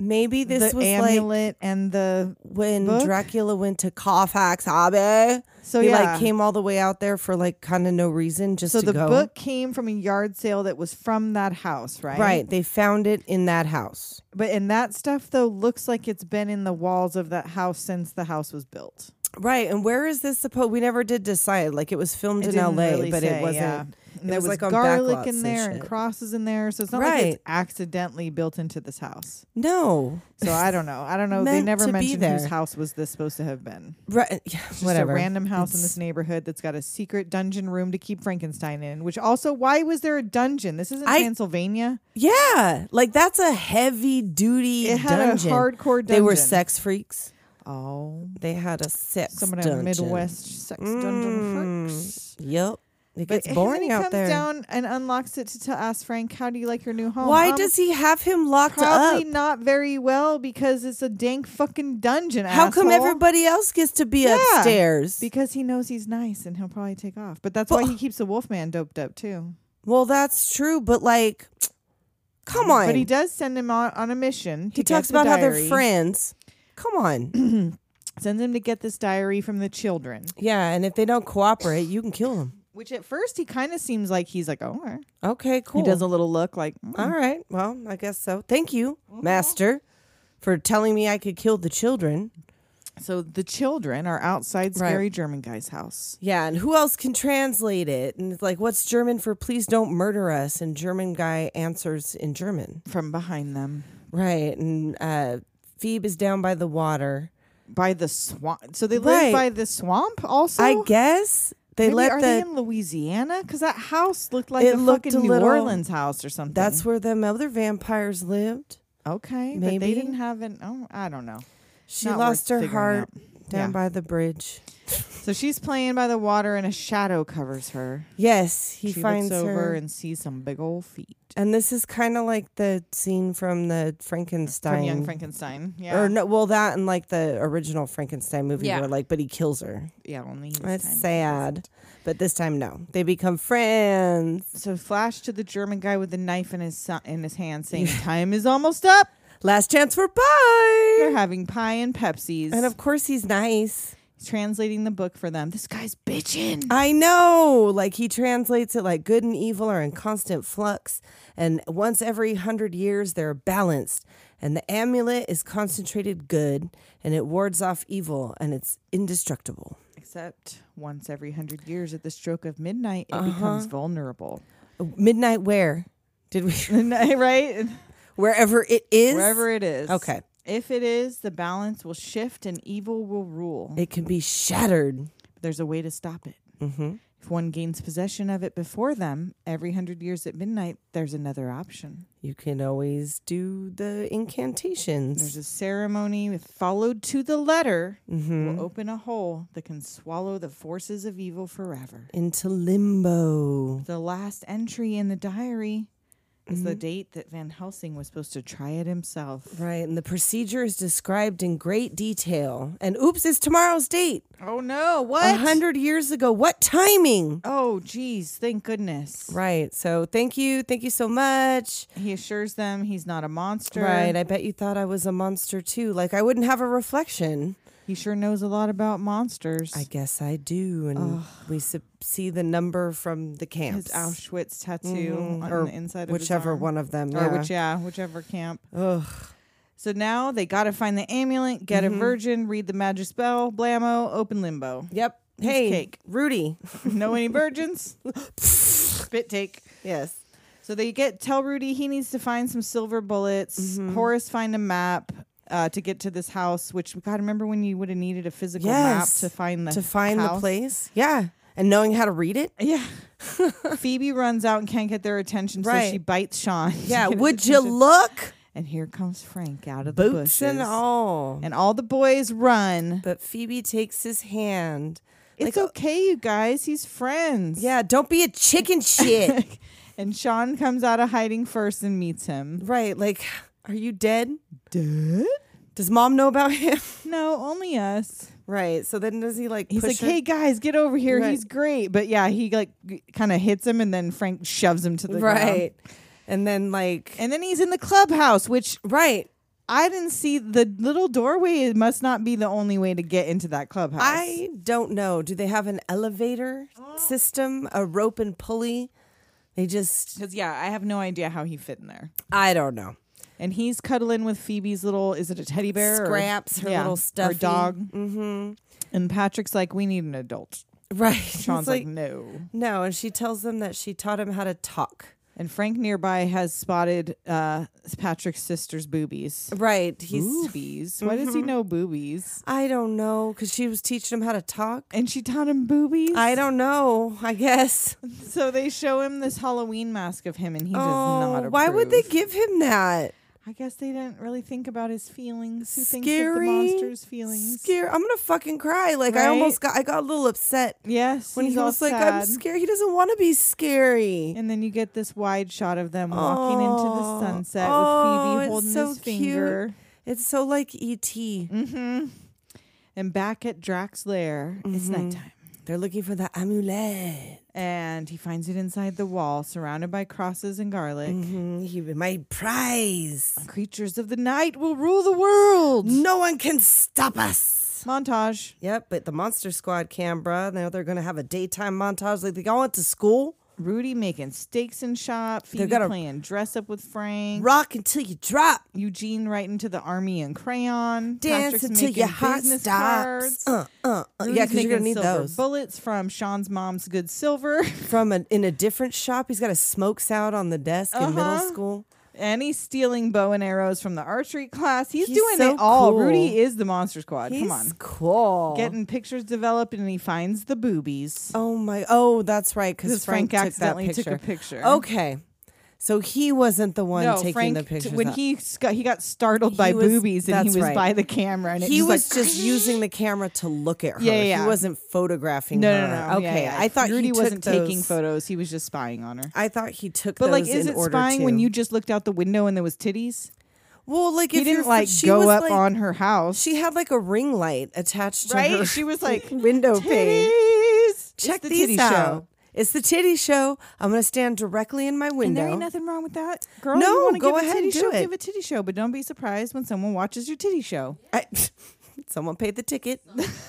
[SPEAKER 6] Maybe this
[SPEAKER 5] the
[SPEAKER 6] was like
[SPEAKER 5] amulet and the
[SPEAKER 6] when
[SPEAKER 5] book?
[SPEAKER 6] Dracula went to Carfax Abbey.
[SPEAKER 5] So,
[SPEAKER 6] he
[SPEAKER 5] yeah.
[SPEAKER 6] like came all the way out there for like kind of no reason, just
[SPEAKER 5] so
[SPEAKER 6] to
[SPEAKER 5] the
[SPEAKER 6] go.
[SPEAKER 5] book came from a yard sale that was from that house, right?
[SPEAKER 6] Right. They found it in that house.
[SPEAKER 5] But and that stuff though looks like it's been in the walls of that house since the house was built.
[SPEAKER 6] Right. And where is this supposed? We never did decide. Like it was filmed
[SPEAKER 5] It
[SPEAKER 6] in
[SPEAKER 5] didn't
[SPEAKER 6] L.A.,
[SPEAKER 5] really
[SPEAKER 6] but
[SPEAKER 5] say,
[SPEAKER 6] it wasn't.
[SPEAKER 5] yeah.
[SPEAKER 6] It
[SPEAKER 5] And there
[SPEAKER 6] was,
[SPEAKER 5] was,
[SPEAKER 6] like on
[SPEAKER 5] garlic
[SPEAKER 6] backlots
[SPEAKER 5] in there and,
[SPEAKER 6] shit.
[SPEAKER 5] crosses in there, so it's not like
[SPEAKER 6] Right.
[SPEAKER 5] it's accidentally built into this house.
[SPEAKER 6] no.
[SPEAKER 5] So I don't know. I don't know. they
[SPEAKER 6] Meant to
[SPEAKER 5] never
[SPEAKER 6] be
[SPEAKER 5] mentioned whose
[SPEAKER 6] there.
[SPEAKER 5] house was this supposed to have been.
[SPEAKER 6] Right. Yeah,
[SPEAKER 5] Just
[SPEAKER 6] whatever.
[SPEAKER 5] a random house in this neighborhood that's got a secret dungeon room to keep Frankenstein in. Which also, why was there a dungeon? This isn't
[SPEAKER 6] I-
[SPEAKER 5] Pennsylvania.
[SPEAKER 6] Yeah, like that's a heavy duty
[SPEAKER 5] It had a
[SPEAKER 6] dungeon.
[SPEAKER 5] hardcore
[SPEAKER 6] They were
[SPEAKER 5] dungeon.
[SPEAKER 6] sex freaks.
[SPEAKER 5] Oh,
[SPEAKER 6] They had a sex
[SPEAKER 5] someone
[SPEAKER 6] dungeon.
[SPEAKER 5] had Midwest sex dungeon freaks.
[SPEAKER 6] Yep. It
[SPEAKER 5] But
[SPEAKER 6] gets boring
[SPEAKER 5] he
[SPEAKER 6] out
[SPEAKER 5] comes
[SPEAKER 6] there.
[SPEAKER 5] down and unlocks it to, to ask Frank, "How do you like your new home?"
[SPEAKER 6] Why
[SPEAKER 5] Um,
[SPEAKER 6] does he have him locked up?
[SPEAKER 5] probably not very well because it's a dank fucking dungeon.
[SPEAKER 6] How come
[SPEAKER 5] asshole.
[SPEAKER 6] everybody else gets to be upstairs?
[SPEAKER 5] Because he knows he's nice and he'll probably take off. But that's
[SPEAKER 6] Well-
[SPEAKER 5] why he keeps the Wolfman doped up too.
[SPEAKER 6] well, that's true, but like, come on.
[SPEAKER 5] But he does send him on, on a mission. To
[SPEAKER 6] He
[SPEAKER 5] get
[SPEAKER 6] talks
[SPEAKER 5] the
[SPEAKER 6] about how they're
[SPEAKER 5] diary.
[SPEAKER 6] friends. Come on.
[SPEAKER 5] Sends him to get this diary from the children.
[SPEAKER 6] yeah, and if they don't cooperate, you can kill them.
[SPEAKER 5] Which at first he kind of seems like he's like, oh, all right.
[SPEAKER 6] Okay, cool.
[SPEAKER 5] he does a little look like, mm.
[SPEAKER 6] All right. Well, I guess so. Thank you,
[SPEAKER 5] Mm-hmm.
[SPEAKER 6] Master, for telling me I could kill the children.
[SPEAKER 5] so the children are outside
[SPEAKER 6] Right.
[SPEAKER 5] scary German guy's house.
[SPEAKER 6] Yeah, and who else can translate it? And it's like, what's German for please don't murder us? And German guy answers in German.
[SPEAKER 5] From behind them
[SPEAKER 6] Right. And uh, Phoebe is down by the water.
[SPEAKER 5] by the swamp. So they live
[SPEAKER 6] Right.
[SPEAKER 5] by the swamp also?
[SPEAKER 6] I guess they
[SPEAKER 5] Maybe,
[SPEAKER 6] let
[SPEAKER 5] are
[SPEAKER 6] the.
[SPEAKER 5] they in Louisiana? Because that house looked like
[SPEAKER 6] It
[SPEAKER 5] a
[SPEAKER 6] looked
[SPEAKER 5] fucking
[SPEAKER 6] a
[SPEAKER 5] New
[SPEAKER 6] little-
[SPEAKER 5] Orleans house or something.
[SPEAKER 6] that's where them other vampires lived.
[SPEAKER 5] okay. But they
[SPEAKER 6] Maybe.
[SPEAKER 5] didn't have an. Oh, I don't know.
[SPEAKER 6] She
[SPEAKER 5] Not worth
[SPEAKER 6] lost her
[SPEAKER 5] figuring
[SPEAKER 6] heart
[SPEAKER 5] out.
[SPEAKER 6] down
[SPEAKER 5] Yeah.
[SPEAKER 6] by the bridge.
[SPEAKER 5] So she's playing by the water, and a shadow covers her.
[SPEAKER 6] Yes, he
[SPEAKER 5] she
[SPEAKER 6] finds
[SPEAKER 5] looks over
[SPEAKER 6] her.
[SPEAKER 5] and sees some big old feet.
[SPEAKER 6] and this is kind of like the scene from the
[SPEAKER 5] From
[SPEAKER 6] Frankenstein
[SPEAKER 5] Young Frankenstein. Yeah.
[SPEAKER 6] Or no, well, that and like the original Frankenstein movie
[SPEAKER 5] Yeah.
[SPEAKER 6] where like, but he kills her.
[SPEAKER 5] Yeah, only this
[SPEAKER 6] That's
[SPEAKER 5] time.
[SPEAKER 6] sad. But this time, no, they become friends.
[SPEAKER 5] So flash to the German guy with the knife in his so- in his hand, saying, "Time is almost up.
[SPEAKER 6] Last chance for bye.
[SPEAKER 5] They're having pie and Pepsis."
[SPEAKER 6] And of course, he's nice.
[SPEAKER 5] He's translating the book for them. This guy's bitching.
[SPEAKER 6] I know. Like he translates it like good and evil are in constant flux, and once every hundred years they're balanced. And the amulet is concentrated good, and it wards off evil, and it's indestructible.
[SPEAKER 5] Except once every hundred years, at the stroke of midnight,
[SPEAKER 6] Uh-huh.
[SPEAKER 5] it becomes vulnerable.
[SPEAKER 6] Midnight where? Did we?
[SPEAKER 5] right?
[SPEAKER 6] wherever it is.
[SPEAKER 5] Wherever it is.
[SPEAKER 6] Okay.
[SPEAKER 5] If it is, the balance will shift and evil will rule.
[SPEAKER 6] It can be shattered.
[SPEAKER 5] There's a way to stop it.
[SPEAKER 6] Mm-hmm.
[SPEAKER 5] If one gains possession of it before them, every hundred years at midnight, there's another option.
[SPEAKER 6] You can always do the
[SPEAKER 5] There's
[SPEAKER 6] incantations.
[SPEAKER 5] a ceremony with- followed to the letter
[SPEAKER 6] Mm-hmm.
[SPEAKER 5] will open a hole that can swallow the forces of evil forever.
[SPEAKER 6] Into limbo.
[SPEAKER 5] The last entry in the diary is the date that Van Helsing was supposed to try it himself.
[SPEAKER 6] Mm-hmm. Right. And the procedure is described in great detail. And oops, it's tomorrow's date.
[SPEAKER 5] Oh no!
[SPEAKER 6] A
[SPEAKER 5] What?
[SPEAKER 6] hundred years ago. What timing?
[SPEAKER 5] Oh geez! Thank goodness.
[SPEAKER 6] Right. So thank you. Thank you so much.
[SPEAKER 5] He assures them he's not a monster.
[SPEAKER 6] Right. I bet you thought I was a monster too. Like I wouldn't have a reflection.
[SPEAKER 5] He sure knows a lot about monsters.
[SPEAKER 6] I guess I do. And we sup- see the number from the
[SPEAKER 5] his
[SPEAKER 6] camps. Mm.
[SPEAKER 5] Auschwitz tattoo on
[SPEAKER 6] Mm-hmm. or
[SPEAKER 5] the inside of his
[SPEAKER 6] whichever
[SPEAKER 5] arm.
[SPEAKER 6] one of them.
[SPEAKER 5] Or
[SPEAKER 6] Yeah.
[SPEAKER 5] which, yeah, whichever camp. So now they got to find the amulet, get
[SPEAKER 6] Mm-hmm.
[SPEAKER 5] a virgin, read the magic spell, blammo, open limbo.
[SPEAKER 6] Yep. Hey,
[SPEAKER 5] cake.
[SPEAKER 6] Rudy.
[SPEAKER 5] know any virgins? Spit take.
[SPEAKER 6] Yes.
[SPEAKER 5] So they get tell Rudy he needs to find some silver bullets.
[SPEAKER 6] Mm-hmm.
[SPEAKER 5] Horace find a map uh, to get to this house, which God remember when you would have needed a physical
[SPEAKER 6] Yes.
[SPEAKER 5] map to find the
[SPEAKER 6] to find the
[SPEAKER 5] house?
[SPEAKER 6] place. Yeah. And knowing how to read it.
[SPEAKER 5] Yeah. Phoebe runs out and can't get their attention, so
[SPEAKER 6] Right.
[SPEAKER 5] she bites Sean. to
[SPEAKER 6] Yeah.
[SPEAKER 5] get his
[SPEAKER 6] Would you
[SPEAKER 5] attention.
[SPEAKER 6] look?
[SPEAKER 5] And here comes Frank out of the
[SPEAKER 6] Boots
[SPEAKER 5] bushes.
[SPEAKER 6] and all.
[SPEAKER 5] And all the boys run.
[SPEAKER 6] But Phoebe takes his hand. Like,
[SPEAKER 5] It's
[SPEAKER 6] oh,
[SPEAKER 5] okay, you guys. He's friends.
[SPEAKER 6] Yeah. Don't be a chicken shit.
[SPEAKER 5] And Sean comes out of hiding first and meets him.
[SPEAKER 6] right. Like, Are you dead?
[SPEAKER 5] Dead?
[SPEAKER 6] Does mom know about him?
[SPEAKER 5] No, only us.
[SPEAKER 6] right. So then does he like?
[SPEAKER 5] He's
[SPEAKER 6] push
[SPEAKER 5] like,
[SPEAKER 6] her?
[SPEAKER 5] hey guys, get over here.
[SPEAKER 6] Right.
[SPEAKER 5] He's great. But yeah, he like kind of hits him and then Frank shoves him to the ground.
[SPEAKER 6] right. And then like,
[SPEAKER 5] And then he's in the clubhouse, which
[SPEAKER 6] right.
[SPEAKER 5] I didn't see the little doorway. It must not be the only way to get into that clubhouse.
[SPEAKER 6] I don't know. Do they have an elevator system, a rope and pulley? They just,
[SPEAKER 5] because yeah, I have no idea how he fit in there.
[SPEAKER 6] I don't know.
[SPEAKER 5] And he's cuddling with Phoebe's little is it a teddy bear? or-
[SPEAKER 6] Scraps, her little
[SPEAKER 5] Or
[SPEAKER 6] stuffy.
[SPEAKER 5] dog. Mm-hmm. And Patrick's like, we need an adult.
[SPEAKER 6] Right.
[SPEAKER 5] Sean's
[SPEAKER 6] It's
[SPEAKER 5] like, no.
[SPEAKER 6] no. And she tells them that she taught him how to talk.
[SPEAKER 5] And Frank nearby has spotted uh, Patrick's sister's boobies.
[SPEAKER 6] Right. He's,
[SPEAKER 5] Boobies. Why
[SPEAKER 6] Mm-hmm.
[SPEAKER 5] does he know boobies?
[SPEAKER 6] I don't know, because she was teaching him how to talk.
[SPEAKER 5] And she taught him boobies.
[SPEAKER 6] I don't know, I guess.
[SPEAKER 5] So they show him this Halloween mask of him, and he does not
[SPEAKER 6] Oh,
[SPEAKER 5] approve.
[SPEAKER 6] why would they give him that?
[SPEAKER 5] I guess they didn't really think about his feelings. Who thinks of the monster's feelings?
[SPEAKER 6] Scare. I'm gonna fucking cry. Like I
[SPEAKER 5] Right?
[SPEAKER 6] almost got. I got a little upset
[SPEAKER 5] Yes,
[SPEAKER 6] when
[SPEAKER 5] he's
[SPEAKER 6] he
[SPEAKER 5] all
[SPEAKER 6] was like, "I'm
[SPEAKER 5] sad.
[SPEAKER 6] scared." He doesn't want to be scary.
[SPEAKER 5] And then you get this wide shot of them walking into the
[SPEAKER 6] Oh,
[SPEAKER 5] sunset
[SPEAKER 6] oh,
[SPEAKER 5] with Phoebe
[SPEAKER 6] it's
[SPEAKER 5] holding
[SPEAKER 6] so
[SPEAKER 5] his
[SPEAKER 6] cute.
[SPEAKER 5] finger.
[SPEAKER 6] It's so like E ET.
[SPEAKER 5] And back at Drax Lair,
[SPEAKER 6] Mm-hmm.
[SPEAKER 5] it's nighttime.
[SPEAKER 6] They're looking for the amulet.
[SPEAKER 5] And he finds it inside the wall, surrounded by crosses and garlic.
[SPEAKER 6] Mm, He my prize.
[SPEAKER 5] Creatures of the night will rule the world.
[SPEAKER 6] No one can stop us.
[SPEAKER 5] Montage.
[SPEAKER 6] Yep, but the Monster Squad can, bruh. Now they're gonna have a daytime montage. Like they all went to school.
[SPEAKER 5] Rudy making steaks and shop. Phoebe
[SPEAKER 6] gotta-
[SPEAKER 5] playing dress up with Frank.
[SPEAKER 6] Rock until you drop.
[SPEAKER 5] Eugene writing to the army in crayon.
[SPEAKER 6] Dance
[SPEAKER 5] Patrick's
[SPEAKER 6] until
[SPEAKER 5] making
[SPEAKER 6] your heart
[SPEAKER 5] business
[SPEAKER 6] stops.
[SPEAKER 5] cards.
[SPEAKER 6] Uh, uh, uh.
[SPEAKER 5] Rudy's
[SPEAKER 6] Yeah, because you're
[SPEAKER 5] making
[SPEAKER 6] gonna need
[SPEAKER 5] silver
[SPEAKER 6] those.
[SPEAKER 5] Bullets from Sean's mom's good silver.
[SPEAKER 6] from an, in a different shop. He's got a smokes out on the desk in middle
[SPEAKER 5] Uh-huh.
[SPEAKER 6] school.
[SPEAKER 5] and he's stealing bow and arrows from the archery class. He's,
[SPEAKER 6] He's
[SPEAKER 5] doing
[SPEAKER 6] so
[SPEAKER 5] it all.
[SPEAKER 6] cool.
[SPEAKER 5] Rudy is the monster squad.
[SPEAKER 6] He's
[SPEAKER 5] Come on.
[SPEAKER 6] cool.
[SPEAKER 5] Getting pictures developed and he finds the boobies.
[SPEAKER 6] oh my! Oh, that's right. Because
[SPEAKER 5] Because
[SPEAKER 6] Frank,
[SPEAKER 5] Frank,
[SPEAKER 6] took that
[SPEAKER 5] accidentally took, a picture.
[SPEAKER 6] Okay, so he wasn't the one
[SPEAKER 5] No,
[SPEAKER 6] taking
[SPEAKER 5] Frank,
[SPEAKER 6] the
[SPEAKER 5] t-
[SPEAKER 6] pictures.
[SPEAKER 5] when
[SPEAKER 6] up.
[SPEAKER 5] he got, he got startled by
[SPEAKER 6] He was-
[SPEAKER 5] boobies and he
[SPEAKER 6] that's
[SPEAKER 5] was
[SPEAKER 6] right.
[SPEAKER 5] by the camera and it
[SPEAKER 6] he
[SPEAKER 5] just
[SPEAKER 6] was
[SPEAKER 5] like,
[SPEAKER 6] just using the camera to look at her.
[SPEAKER 5] Yeah, yeah.
[SPEAKER 6] He wasn't photographing
[SPEAKER 5] no,
[SPEAKER 6] her.
[SPEAKER 5] no, no.
[SPEAKER 6] Okay,
[SPEAKER 5] Yeah, yeah.
[SPEAKER 6] I thought
[SPEAKER 5] Rudy
[SPEAKER 6] he took
[SPEAKER 5] wasn't taking
[SPEAKER 6] those-
[SPEAKER 5] photos. He was just spying on her.
[SPEAKER 6] I thought he took.
[SPEAKER 5] But
[SPEAKER 6] those
[SPEAKER 5] like, is
[SPEAKER 6] in
[SPEAKER 5] it
[SPEAKER 6] order
[SPEAKER 5] spying
[SPEAKER 6] to.
[SPEAKER 5] when you just looked out the window and there was titties?
[SPEAKER 6] Well, like
[SPEAKER 5] He
[SPEAKER 6] if
[SPEAKER 5] didn't
[SPEAKER 6] you're-
[SPEAKER 5] like
[SPEAKER 6] she
[SPEAKER 5] go
[SPEAKER 6] was,
[SPEAKER 5] up
[SPEAKER 6] like-
[SPEAKER 5] on her house,
[SPEAKER 6] She had like a ring light attached to
[SPEAKER 5] right?
[SPEAKER 6] her.
[SPEAKER 5] She was like
[SPEAKER 6] window pane.
[SPEAKER 5] titties.
[SPEAKER 6] Check
[SPEAKER 5] it's the
[SPEAKER 6] these
[SPEAKER 5] titty
[SPEAKER 6] out.
[SPEAKER 5] show.
[SPEAKER 6] It's the titty show. I'm gonna stand directly in my
[SPEAKER 5] And
[SPEAKER 6] window.
[SPEAKER 5] there ain't nothing wrong with that, girl.
[SPEAKER 6] No,
[SPEAKER 5] you wanna
[SPEAKER 6] go
[SPEAKER 5] give
[SPEAKER 6] ahead
[SPEAKER 5] a titty
[SPEAKER 6] and do
[SPEAKER 5] show,
[SPEAKER 6] it.
[SPEAKER 5] Give a titty show, but don't be surprised when someone watches your titty show.
[SPEAKER 6] I, someone paid the ticket.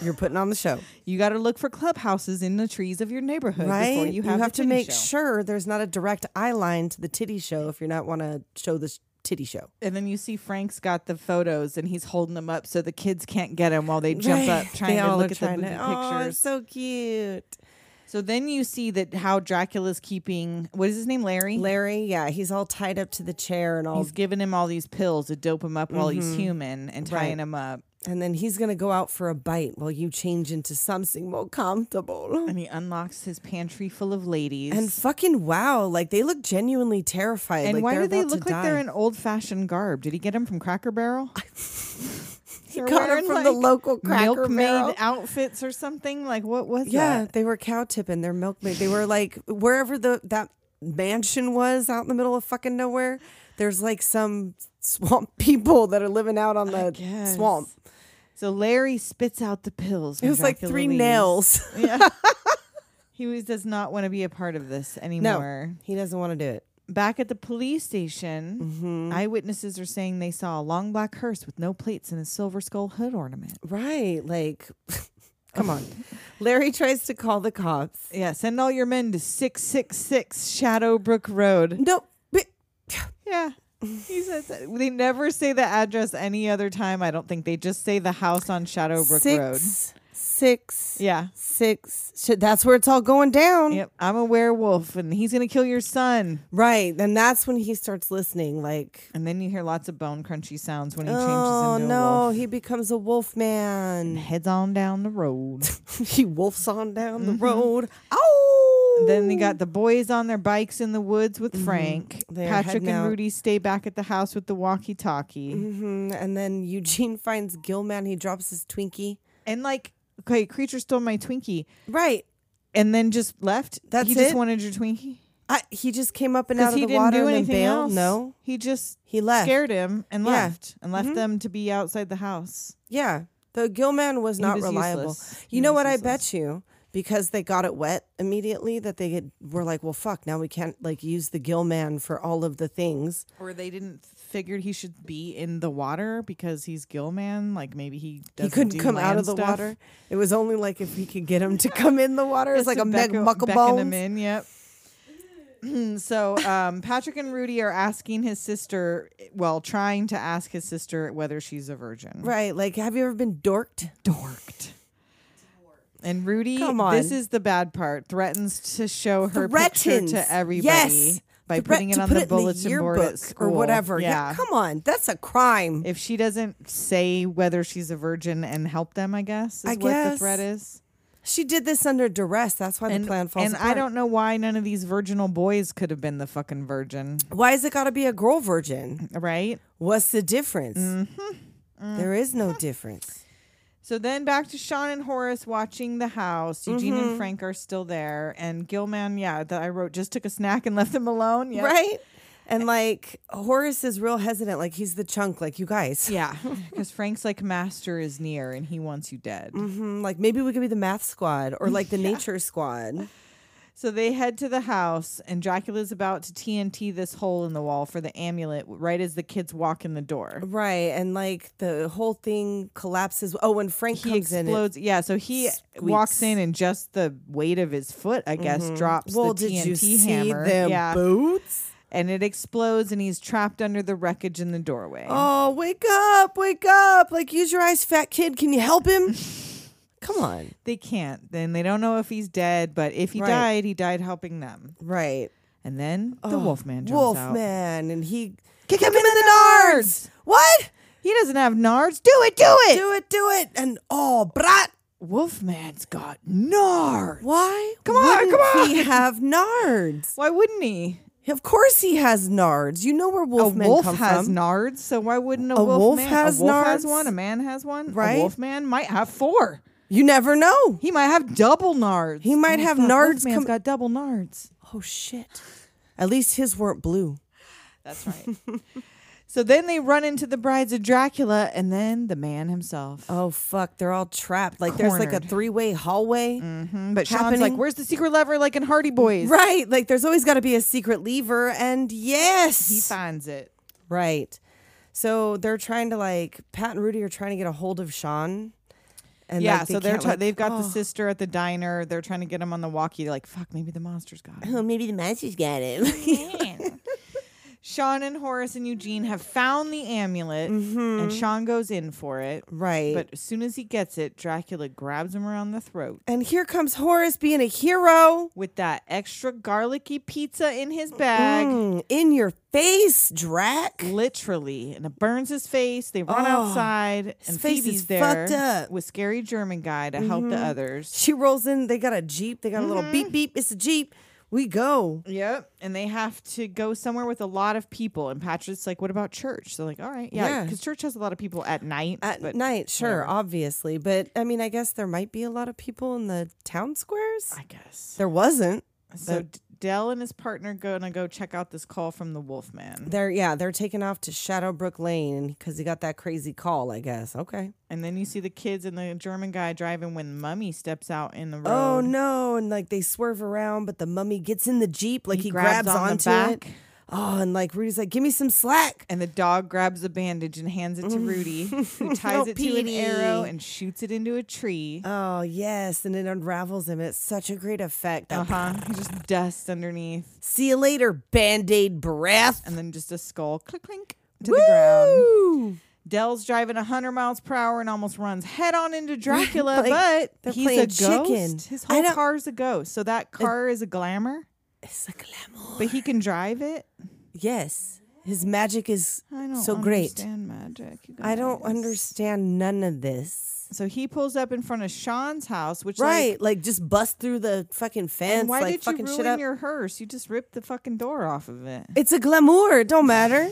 [SPEAKER 6] You're putting on the show,
[SPEAKER 5] You got to look for clubhouses in the trees of your neighborhood
[SPEAKER 6] right?
[SPEAKER 5] before you have, the
[SPEAKER 6] to
[SPEAKER 5] titty
[SPEAKER 6] make
[SPEAKER 5] show.
[SPEAKER 6] sure there's not a direct eye line to the titty show if you're not want to show this titty show.
[SPEAKER 5] And then you see Frank's got the photos and he's holding them up so the kids can't get them while they jump
[SPEAKER 6] Right.
[SPEAKER 5] up trying
[SPEAKER 6] They
[SPEAKER 5] to
[SPEAKER 6] all
[SPEAKER 5] look
[SPEAKER 6] are
[SPEAKER 5] at the
[SPEAKER 6] trying
[SPEAKER 5] movie
[SPEAKER 6] to- Oh,
[SPEAKER 5] pictures.
[SPEAKER 6] it's so cute,
[SPEAKER 5] so then you see that how Dracula's keeping what is his name, Larry?
[SPEAKER 6] Larry. Yeah, he's all tied up to the chair and all,
[SPEAKER 5] He's giving him all these pills to dope him up while he's human and tying
[SPEAKER 6] Right.
[SPEAKER 5] him up.
[SPEAKER 6] and then he's gonna go out for a bite while you change into something more comfortable.
[SPEAKER 5] And he unlocks his pantry full of ladies.
[SPEAKER 6] And fucking wow, like they look genuinely terrified.
[SPEAKER 5] And
[SPEAKER 6] like
[SPEAKER 5] why
[SPEAKER 6] they're
[SPEAKER 5] do they
[SPEAKER 6] about to
[SPEAKER 5] look like they're
[SPEAKER 6] die.
[SPEAKER 5] in old fashioned garb? Did he get them from Cracker Barrel? he
[SPEAKER 6] got 'em from the local Cracker Barrel.
[SPEAKER 5] outfits or something. Like what was
[SPEAKER 6] Yeah,
[SPEAKER 5] that?
[SPEAKER 6] they were cow tipping their milkmaid. They were like wherever the that mansion was out in the middle of fucking nowhere. There's like some swamp people that are living out on the
[SPEAKER 5] guess.
[SPEAKER 6] swamp.
[SPEAKER 5] So Larry spits out the pills.
[SPEAKER 6] It
[SPEAKER 5] when
[SPEAKER 6] was like
[SPEAKER 5] Dracula
[SPEAKER 6] three
[SPEAKER 5] leaves.
[SPEAKER 6] nails.
[SPEAKER 5] He was, does not want to be a part of this
[SPEAKER 6] no,
[SPEAKER 5] anymore.
[SPEAKER 6] he doesn't want to do it.
[SPEAKER 5] Back at the police station,
[SPEAKER 6] Mm-hmm.
[SPEAKER 5] eyewitnesses are saying they saw a long black hearse with no plates and a silver skull hood ornament.
[SPEAKER 6] Right? Like, come on. Larry tries to call the cops.
[SPEAKER 5] Yeah, send all your men to six six six Shadowbrook Road.
[SPEAKER 6] No, but
[SPEAKER 5] Yeah. He says that- they never say the address any other time. I don't think they just say the house on Shadowbrook Road.
[SPEAKER 6] six, six,
[SPEAKER 5] Yeah.
[SPEAKER 6] six. Shit, That's where it's all going down.
[SPEAKER 5] Yep. I'm a werewolf and he's going to kill your son.
[SPEAKER 6] Right. And that's when he starts listening. Like,
[SPEAKER 5] And then you hear lots of bone crunchy sounds when he changes
[SPEAKER 6] Oh
[SPEAKER 5] into
[SPEAKER 6] no,
[SPEAKER 5] a wolf.
[SPEAKER 6] he becomes a wolf man.
[SPEAKER 5] Heads on down the road.
[SPEAKER 6] he wolfs on down the road. Oh,
[SPEAKER 5] Mm-hmm. then they got the boys on their bikes in the woods with Frank.
[SPEAKER 6] Mm-hmm. They are
[SPEAKER 5] Patrick
[SPEAKER 6] heading
[SPEAKER 5] and
[SPEAKER 6] out. Mm-hmm.
[SPEAKER 5] Rudy stay back at the house with the walkie talkie.
[SPEAKER 6] and then Eugene finds Gilman. He drops his Twinkie.
[SPEAKER 5] And like, okay, creature stole my Twinkie
[SPEAKER 6] Right.
[SPEAKER 5] and then just left.
[SPEAKER 6] That's
[SPEAKER 5] he just
[SPEAKER 6] it?
[SPEAKER 5] wanted your Twinkie.
[SPEAKER 6] I, he just came up and out
[SPEAKER 5] Because
[SPEAKER 6] of
[SPEAKER 5] he
[SPEAKER 6] the
[SPEAKER 5] didn't
[SPEAKER 6] water
[SPEAKER 5] do
[SPEAKER 6] and then
[SPEAKER 5] anything
[SPEAKER 6] bailed.
[SPEAKER 5] else.
[SPEAKER 6] No,
[SPEAKER 5] he just
[SPEAKER 6] He left.
[SPEAKER 5] scared him and
[SPEAKER 6] Yeah. Mm-hmm.
[SPEAKER 5] left and left them to be outside the house.
[SPEAKER 6] yeah, the gill man was not
[SPEAKER 5] was
[SPEAKER 6] reliable.
[SPEAKER 5] useless. He
[SPEAKER 6] You know
[SPEAKER 5] was
[SPEAKER 6] what? I
[SPEAKER 5] useless.
[SPEAKER 6] bet you because they got it wet immediately that they get, were like, well, fuck. Now we can't like use the gill man for all of the things.
[SPEAKER 5] Or they didn't figure he should be in the water because he's Gilman. Like maybe he doesn't
[SPEAKER 6] he couldn't
[SPEAKER 5] do
[SPEAKER 6] come out
[SPEAKER 5] land
[SPEAKER 6] of the
[SPEAKER 5] stuff.
[SPEAKER 6] water. It was only like if we could get him to come in the water. It's
[SPEAKER 5] Just
[SPEAKER 6] like
[SPEAKER 5] to
[SPEAKER 6] a meg
[SPEAKER 5] beckon-
[SPEAKER 6] muckle
[SPEAKER 5] beckon
[SPEAKER 6] bones.
[SPEAKER 5] him in. Yep. so um, Patrick and Rudy are asking his sister, well, trying to ask his sister whether she's a virgin.
[SPEAKER 6] Right. Like, have you ever been dorked?
[SPEAKER 5] dorked. And Rudy,
[SPEAKER 6] Come
[SPEAKER 5] this
[SPEAKER 6] on.
[SPEAKER 5] is the bad part, threatens to show her
[SPEAKER 6] Threatens.
[SPEAKER 5] picture to everybody
[SPEAKER 6] Yes.
[SPEAKER 5] by
[SPEAKER 6] Threat
[SPEAKER 5] putting it
[SPEAKER 6] to
[SPEAKER 5] on
[SPEAKER 6] put
[SPEAKER 5] the
[SPEAKER 6] in
[SPEAKER 5] bulletin board at
[SPEAKER 6] yearbook
[SPEAKER 5] school.
[SPEAKER 6] or whatever.
[SPEAKER 5] Yeah.
[SPEAKER 6] Yeah. Come on. That's a crime.
[SPEAKER 5] if she doesn't say whether she's a virgin and help them, I guess is
[SPEAKER 6] I
[SPEAKER 5] what the
[SPEAKER 6] guess.
[SPEAKER 5] threat is.
[SPEAKER 6] she did this under duress. That's why
[SPEAKER 5] And,
[SPEAKER 6] the plan falls
[SPEAKER 5] and I
[SPEAKER 6] apart.
[SPEAKER 5] don't know why none of these virginal boys could have been the fucking virgin,
[SPEAKER 6] Why has it got to be a girl virgin?
[SPEAKER 5] right?
[SPEAKER 6] What's the difference?
[SPEAKER 5] Mm-hmm.
[SPEAKER 6] There is no difference.
[SPEAKER 5] So then back to Sean and Horace watching the house. Eugene
[SPEAKER 6] Mm-hmm.
[SPEAKER 5] and Frank are still there, and Gilman, yeah, that I wrote just took a snack and left them alone. Yeah.
[SPEAKER 6] Right? And like Horace is real hesitant. Like he's the chunk. Like you guys.
[SPEAKER 5] Yeah, because Frank's like master is near and he wants you dead.
[SPEAKER 6] Mhm. Like maybe we could be the math squad or like the nature squad.
[SPEAKER 5] So they head to the house and Dracula's about to TNT this hole in the wall for the amulet right as the kids walk in the door.
[SPEAKER 6] Right. And like the whole thing collapses. Oh, when Frank
[SPEAKER 5] He
[SPEAKER 6] comes in. it-
[SPEAKER 5] explodes. yeah, so he walks
[SPEAKER 6] squeaks. Mm-hmm.
[SPEAKER 5] in and just the weight of his foot, I guess, drops
[SPEAKER 6] Well,
[SPEAKER 5] the
[SPEAKER 6] did
[SPEAKER 5] TNT
[SPEAKER 6] you see
[SPEAKER 5] hammer.
[SPEAKER 6] them
[SPEAKER 5] yeah.
[SPEAKER 6] boots?
[SPEAKER 5] And it explodes and he's trapped under the wreckage in the doorway.
[SPEAKER 6] Oh, wake up, wake up. Like, use your eyes, fat kid. Can you help him? Come on.
[SPEAKER 5] They can't. Then they don't know if he's dead, but if he
[SPEAKER 6] Right.
[SPEAKER 5] died, he died helping them.
[SPEAKER 6] Right.
[SPEAKER 5] And then the Wolfman jumps out.
[SPEAKER 6] Oh, Wolfman. And he. Kick him, in, the nards. What?
[SPEAKER 5] He doesn't have nards. Do it, do it.
[SPEAKER 6] Do it, do it. And oh, brat.
[SPEAKER 5] Wolfman's got nards.
[SPEAKER 6] Why?
[SPEAKER 5] Come on,
[SPEAKER 6] wouldn't
[SPEAKER 5] come
[SPEAKER 6] He have nards.
[SPEAKER 5] Why wouldn't he?
[SPEAKER 6] Of course he has nards. You know where Wolfman
[SPEAKER 5] a wolf
[SPEAKER 6] come
[SPEAKER 5] has
[SPEAKER 6] from.
[SPEAKER 5] nards, so why wouldn't a,
[SPEAKER 6] A wolf
[SPEAKER 5] man-
[SPEAKER 6] has
[SPEAKER 5] a wolf has
[SPEAKER 6] nards?
[SPEAKER 5] one, a man has one,
[SPEAKER 6] Right?
[SPEAKER 5] A wolfman might have four.
[SPEAKER 6] You never know.
[SPEAKER 5] He might have double nards. Oh
[SPEAKER 6] He might have
[SPEAKER 5] fuck,
[SPEAKER 6] nards
[SPEAKER 5] Wolfman's
[SPEAKER 6] com-
[SPEAKER 5] got double nards.
[SPEAKER 6] Oh shit. At least his weren't blue.
[SPEAKER 5] That's right. so then they run into the brides of Dracula, and then the man himself.
[SPEAKER 6] Oh fuck, they're all trapped. Like there's like a
[SPEAKER 5] Cornered.
[SPEAKER 6] three-way hallway.
[SPEAKER 5] Mm, but Sean's like,
[SPEAKER 6] happening.
[SPEAKER 5] "Where's the secret lever?" Like in Hardy Boys,
[SPEAKER 6] Mm-hmm. Right, like there's always got to be a secret lever and yes.
[SPEAKER 5] he finds it.
[SPEAKER 6] right. So they're trying to like Pat and Rudy are trying to get a hold of Sean. And
[SPEAKER 5] yeah,
[SPEAKER 6] like,
[SPEAKER 5] so they're
[SPEAKER 6] can't,
[SPEAKER 5] try
[SPEAKER 6] like-
[SPEAKER 5] they've got the
[SPEAKER 6] Oh.
[SPEAKER 5] sister at the diner. They're trying to get him on the walkie. They're like, "Fuck, maybe the monster's got him."
[SPEAKER 6] Oh, maybe the monster's got him.
[SPEAKER 5] Sean and Horace and Eugene have found the amulet, and Sean goes in for it.
[SPEAKER 6] Mm-hmm. right.
[SPEAKER 5] But as soon as he gets it, Dracula grabs him around the throat
[SPEAKER 6] and here comes Horace being a hero.
[SPEAKER 5] with that extra garlicky pizza in his bag,
[SPEAKER 6] Mm, in your face, Drac.
[SPEAKER 5] literally, and it burns his face. They run
[SPEAKER 6] Oh,
[SPEAKER 5] outside,
[SPEAKER 6] his
[SPEAKER 5] and
[SPEAKER 6] face
[SPEAKER 5] Phoebe's
[SPEAKER 6] is
[SPEAKER 5] there
[SPEAKER 6] fucked up. Mm-hmm.
[SPEAKER 5] with scary German guy to help the others.
[SPEAKER 6] She rolls in. They got a Jeep. They got a little
[SPEAKER 5] Mm-hmm.
[SPEAKER 6] beep beep. It's a Jeep. We go.
[SPEAKER 5] Yep, and they have to go somewhere with a lot of people. And Patrick's like, "What about church?" So like, "All right, yeah,
[SPEAKER 6] Yeah.
[SPEAKER 5] because church has a lot of people at night."
[SPEAKER 6] At
[SPEAKER 5] but
[SPEAKER 6] night, sure,
[SPEAKER 5] whatever.
[SPEAKER 6] obviously. But I mean, I guess there might be a lot of people in the town squares.
[SPEAKER 5] I guess
[SPEAKER 6] There wasn't.
[SPEAKER 5] So D- Dell and his partner gonna go check out this call from the Wolfman,
[SPEAKER 6] They're, yeah, they're taking off to Shadowbrook Lane because he got that crazy call, I guess. Okay.
[SPEAKER 5] and then you see the kids and the German guy driving when Mummy steps out in the road.
[SPEAKER 6] Oh, no. And like they swerve around, but the mummy gets in the Jeep. Like he, grabs,
[SPEAKER 5] on the
[SPEAKER 6] onto
[SPEAKER 5] back,
[SPEAKER 6] it. Oh, and like Rudy's like, give me some slack.
[SPEAKER 5] and the dog grabs a bandage and hands it to Rudy, who
[SPEAKER 6] No,
[SPEAKER 5] ties it to an arrow
[SPEAKER 6] Petey.
[SPEAKER 5] and shoots it into a tree.
[SPEAKER 6] Oh, yes. And it unravels him. It's such a great effect.
[SPEAKER 5] Uh huh. Just dust underneath,
[SPEAKER 6] See you later, band aid breath.
[SPEAKER 5] and then just a skull click clink to the ground.
[SPEAKER 6] Woo!
[SPEAKER 5] Dell's driving 100 miles per hour and almost runs head on into Dracula,
[SPEAKER 6] Like,
[SPEAKER 5] but
[SPEAKER 6] they're
[SPEAKER 5] he's
[SPEAKER 6] playing
[SPEAKER 5] a ghost.
[SPEAKER 6] chicken.
[SPEAKER 5] His
[SPEAKER 6] I
[SPEAKER 5] whole
[SPEAKER 6] don't-
[SPEAKER 5] car's a ghost. So that car is a glamour,
[SPEAKER 6] It's a glamour.
[SPEAKER 5] but he can drive it.
[SPEAKER 6] Yes. His magic is
[SPEAKER 5] I don't
[SPEAKER 6] so great.
[SPEAKER 5] understand magic. you
[SPEAKER 6] I don't
[SPEAKER 5] guys.
[SPEAKER 6] understand none of this.
[SPEAKER 5] So he pulls up in front of Sean's house, which
[SPEAKER 6] Right.
[SPEAKER 5] Like,
[SPEAKER 6] Like, just bust through the fucking fence.
[SPEAKER 5] and why
[SPEAKER 6] like
[SPEAKER 5] did you
[SPEAKER 6] fucking shit
[SPEAKER 5] ruin
[SPEAKER 6] up.
[SPEAKER 5] your hearse? You just ripped the fucking door off of it.
[SPEAKER 6] it's a glamour. It don't matter.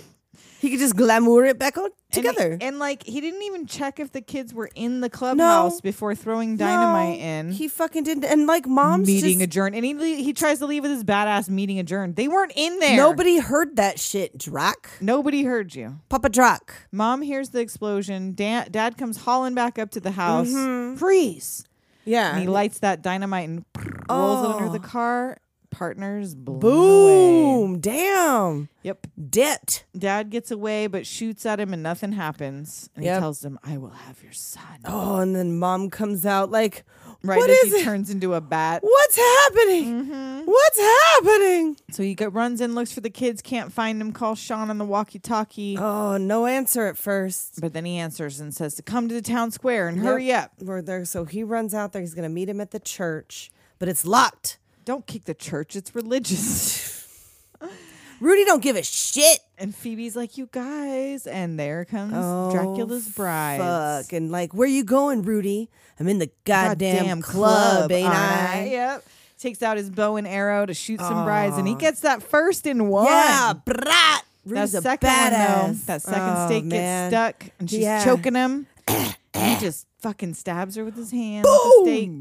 [SPEAKER 6] He could just glamour it back on
[SPEAKER 5] And-
[SPEAKER 6] together.
[SPEAKER 5] And, like he didn't even check if the kids were in the clubhouse before throwing dynamite
[SPEAKER 6] No,
[SPEAKER 5] in.
[SPEAKER 6] He fucking didn't. And like mom's
[SPEAKER 5] meeting
[SPEAKER 6] just,
[SPEAKER 5] adjourned. And he le- he tries to leave with his badass meeting adjourned. They weren't in there.
[SPEAKER 6] Nobody heard that shit, Drac.
[SPEAKER 5] Nobody heard you.
[SPEAKER 6] Papa Drac.
[SPEAKER 5] Mom hears the explosion. Dad, Dad comes hauling back up to the house.
[SPEAKER 6] Mm-hmm.
[SPEAKER 5] Freeze.
[SPEAKER 6] Yeah.
[SPEAKER 5] And he lights that dynamite and rolls it under the car. Partners blown away.
[SPEAKER 6] Oh. Boom. Damn.
[SPEAKER 5] Yep.
[SPEAKER 6] Debt.
[SPEAKER 5] Dad gets away but shoots at him and nothing happens. And
[SPEAKER 6] Yep.
[SPEAKER 5] he tells him, I will have your son.
[SPEAKER 6] Oh, and then mom comes out like,
[SPEAKER 5] right
[SPEAKER 6] what
[SPEAKER 5] as
[SPEAKER 6] is
[SPEAKER 5] he
[SPEAKER 6] it?
[SPEAKER 5] turns into a bat.
[SPEAKER 6] What's happening? What's happening?
[SPEAKER 5] So he go- runs in, looks for the kids, can't find them, calls Sean on the walkie talkie.
[SPEAKER 6] Oh, no answer at first.
[SPEAKER 5] But then he answers and says to come to the town square and hurry
[SPEAKER 6] Yep.
[SPEAKER 5] up.
[SPEAKER 6] We're there. So he runs out there. He's going to meet him at the church, but it's locked.
[SPEAKER 5] Don't kick the church, it's religious.
[SPEAKER 6] Rudy don't give a shit.
[SPEAKER 5] and Phoebe's like, You guys. And there comes
[SPEAKER 6] Oh,
[SPEAKER 5] Dracula's bride.
[SPEAKER 6] Fuck. And like, where you going, Rudy? I'm in the goddamn, club, ain't
[SPEAKER 5] aren't
[SPEAKER 6] I?
[SPEAKER 5] Yep. Takes out his bow and arrow to shoot some brides, and he gets that first in one.
[SPEAKER 6] Yeah, brat.
[SPEAKER 5] That
[SPEAKER 6] Rudy's a
[SPEAKER 5] second one, though,
[SPEAKER 6] badass.
[SPEAKER 5] that second
[SPEAKER 6] Oh,
[SPEAKER 5] stake
[SPEAKER 6] man.
[SPEAKER 5] gets stuck, and she's
[SPEAKER 6] Yeah.
[SPEAKER 5] choking him. he just fucking stabs her with his hand. with the stake.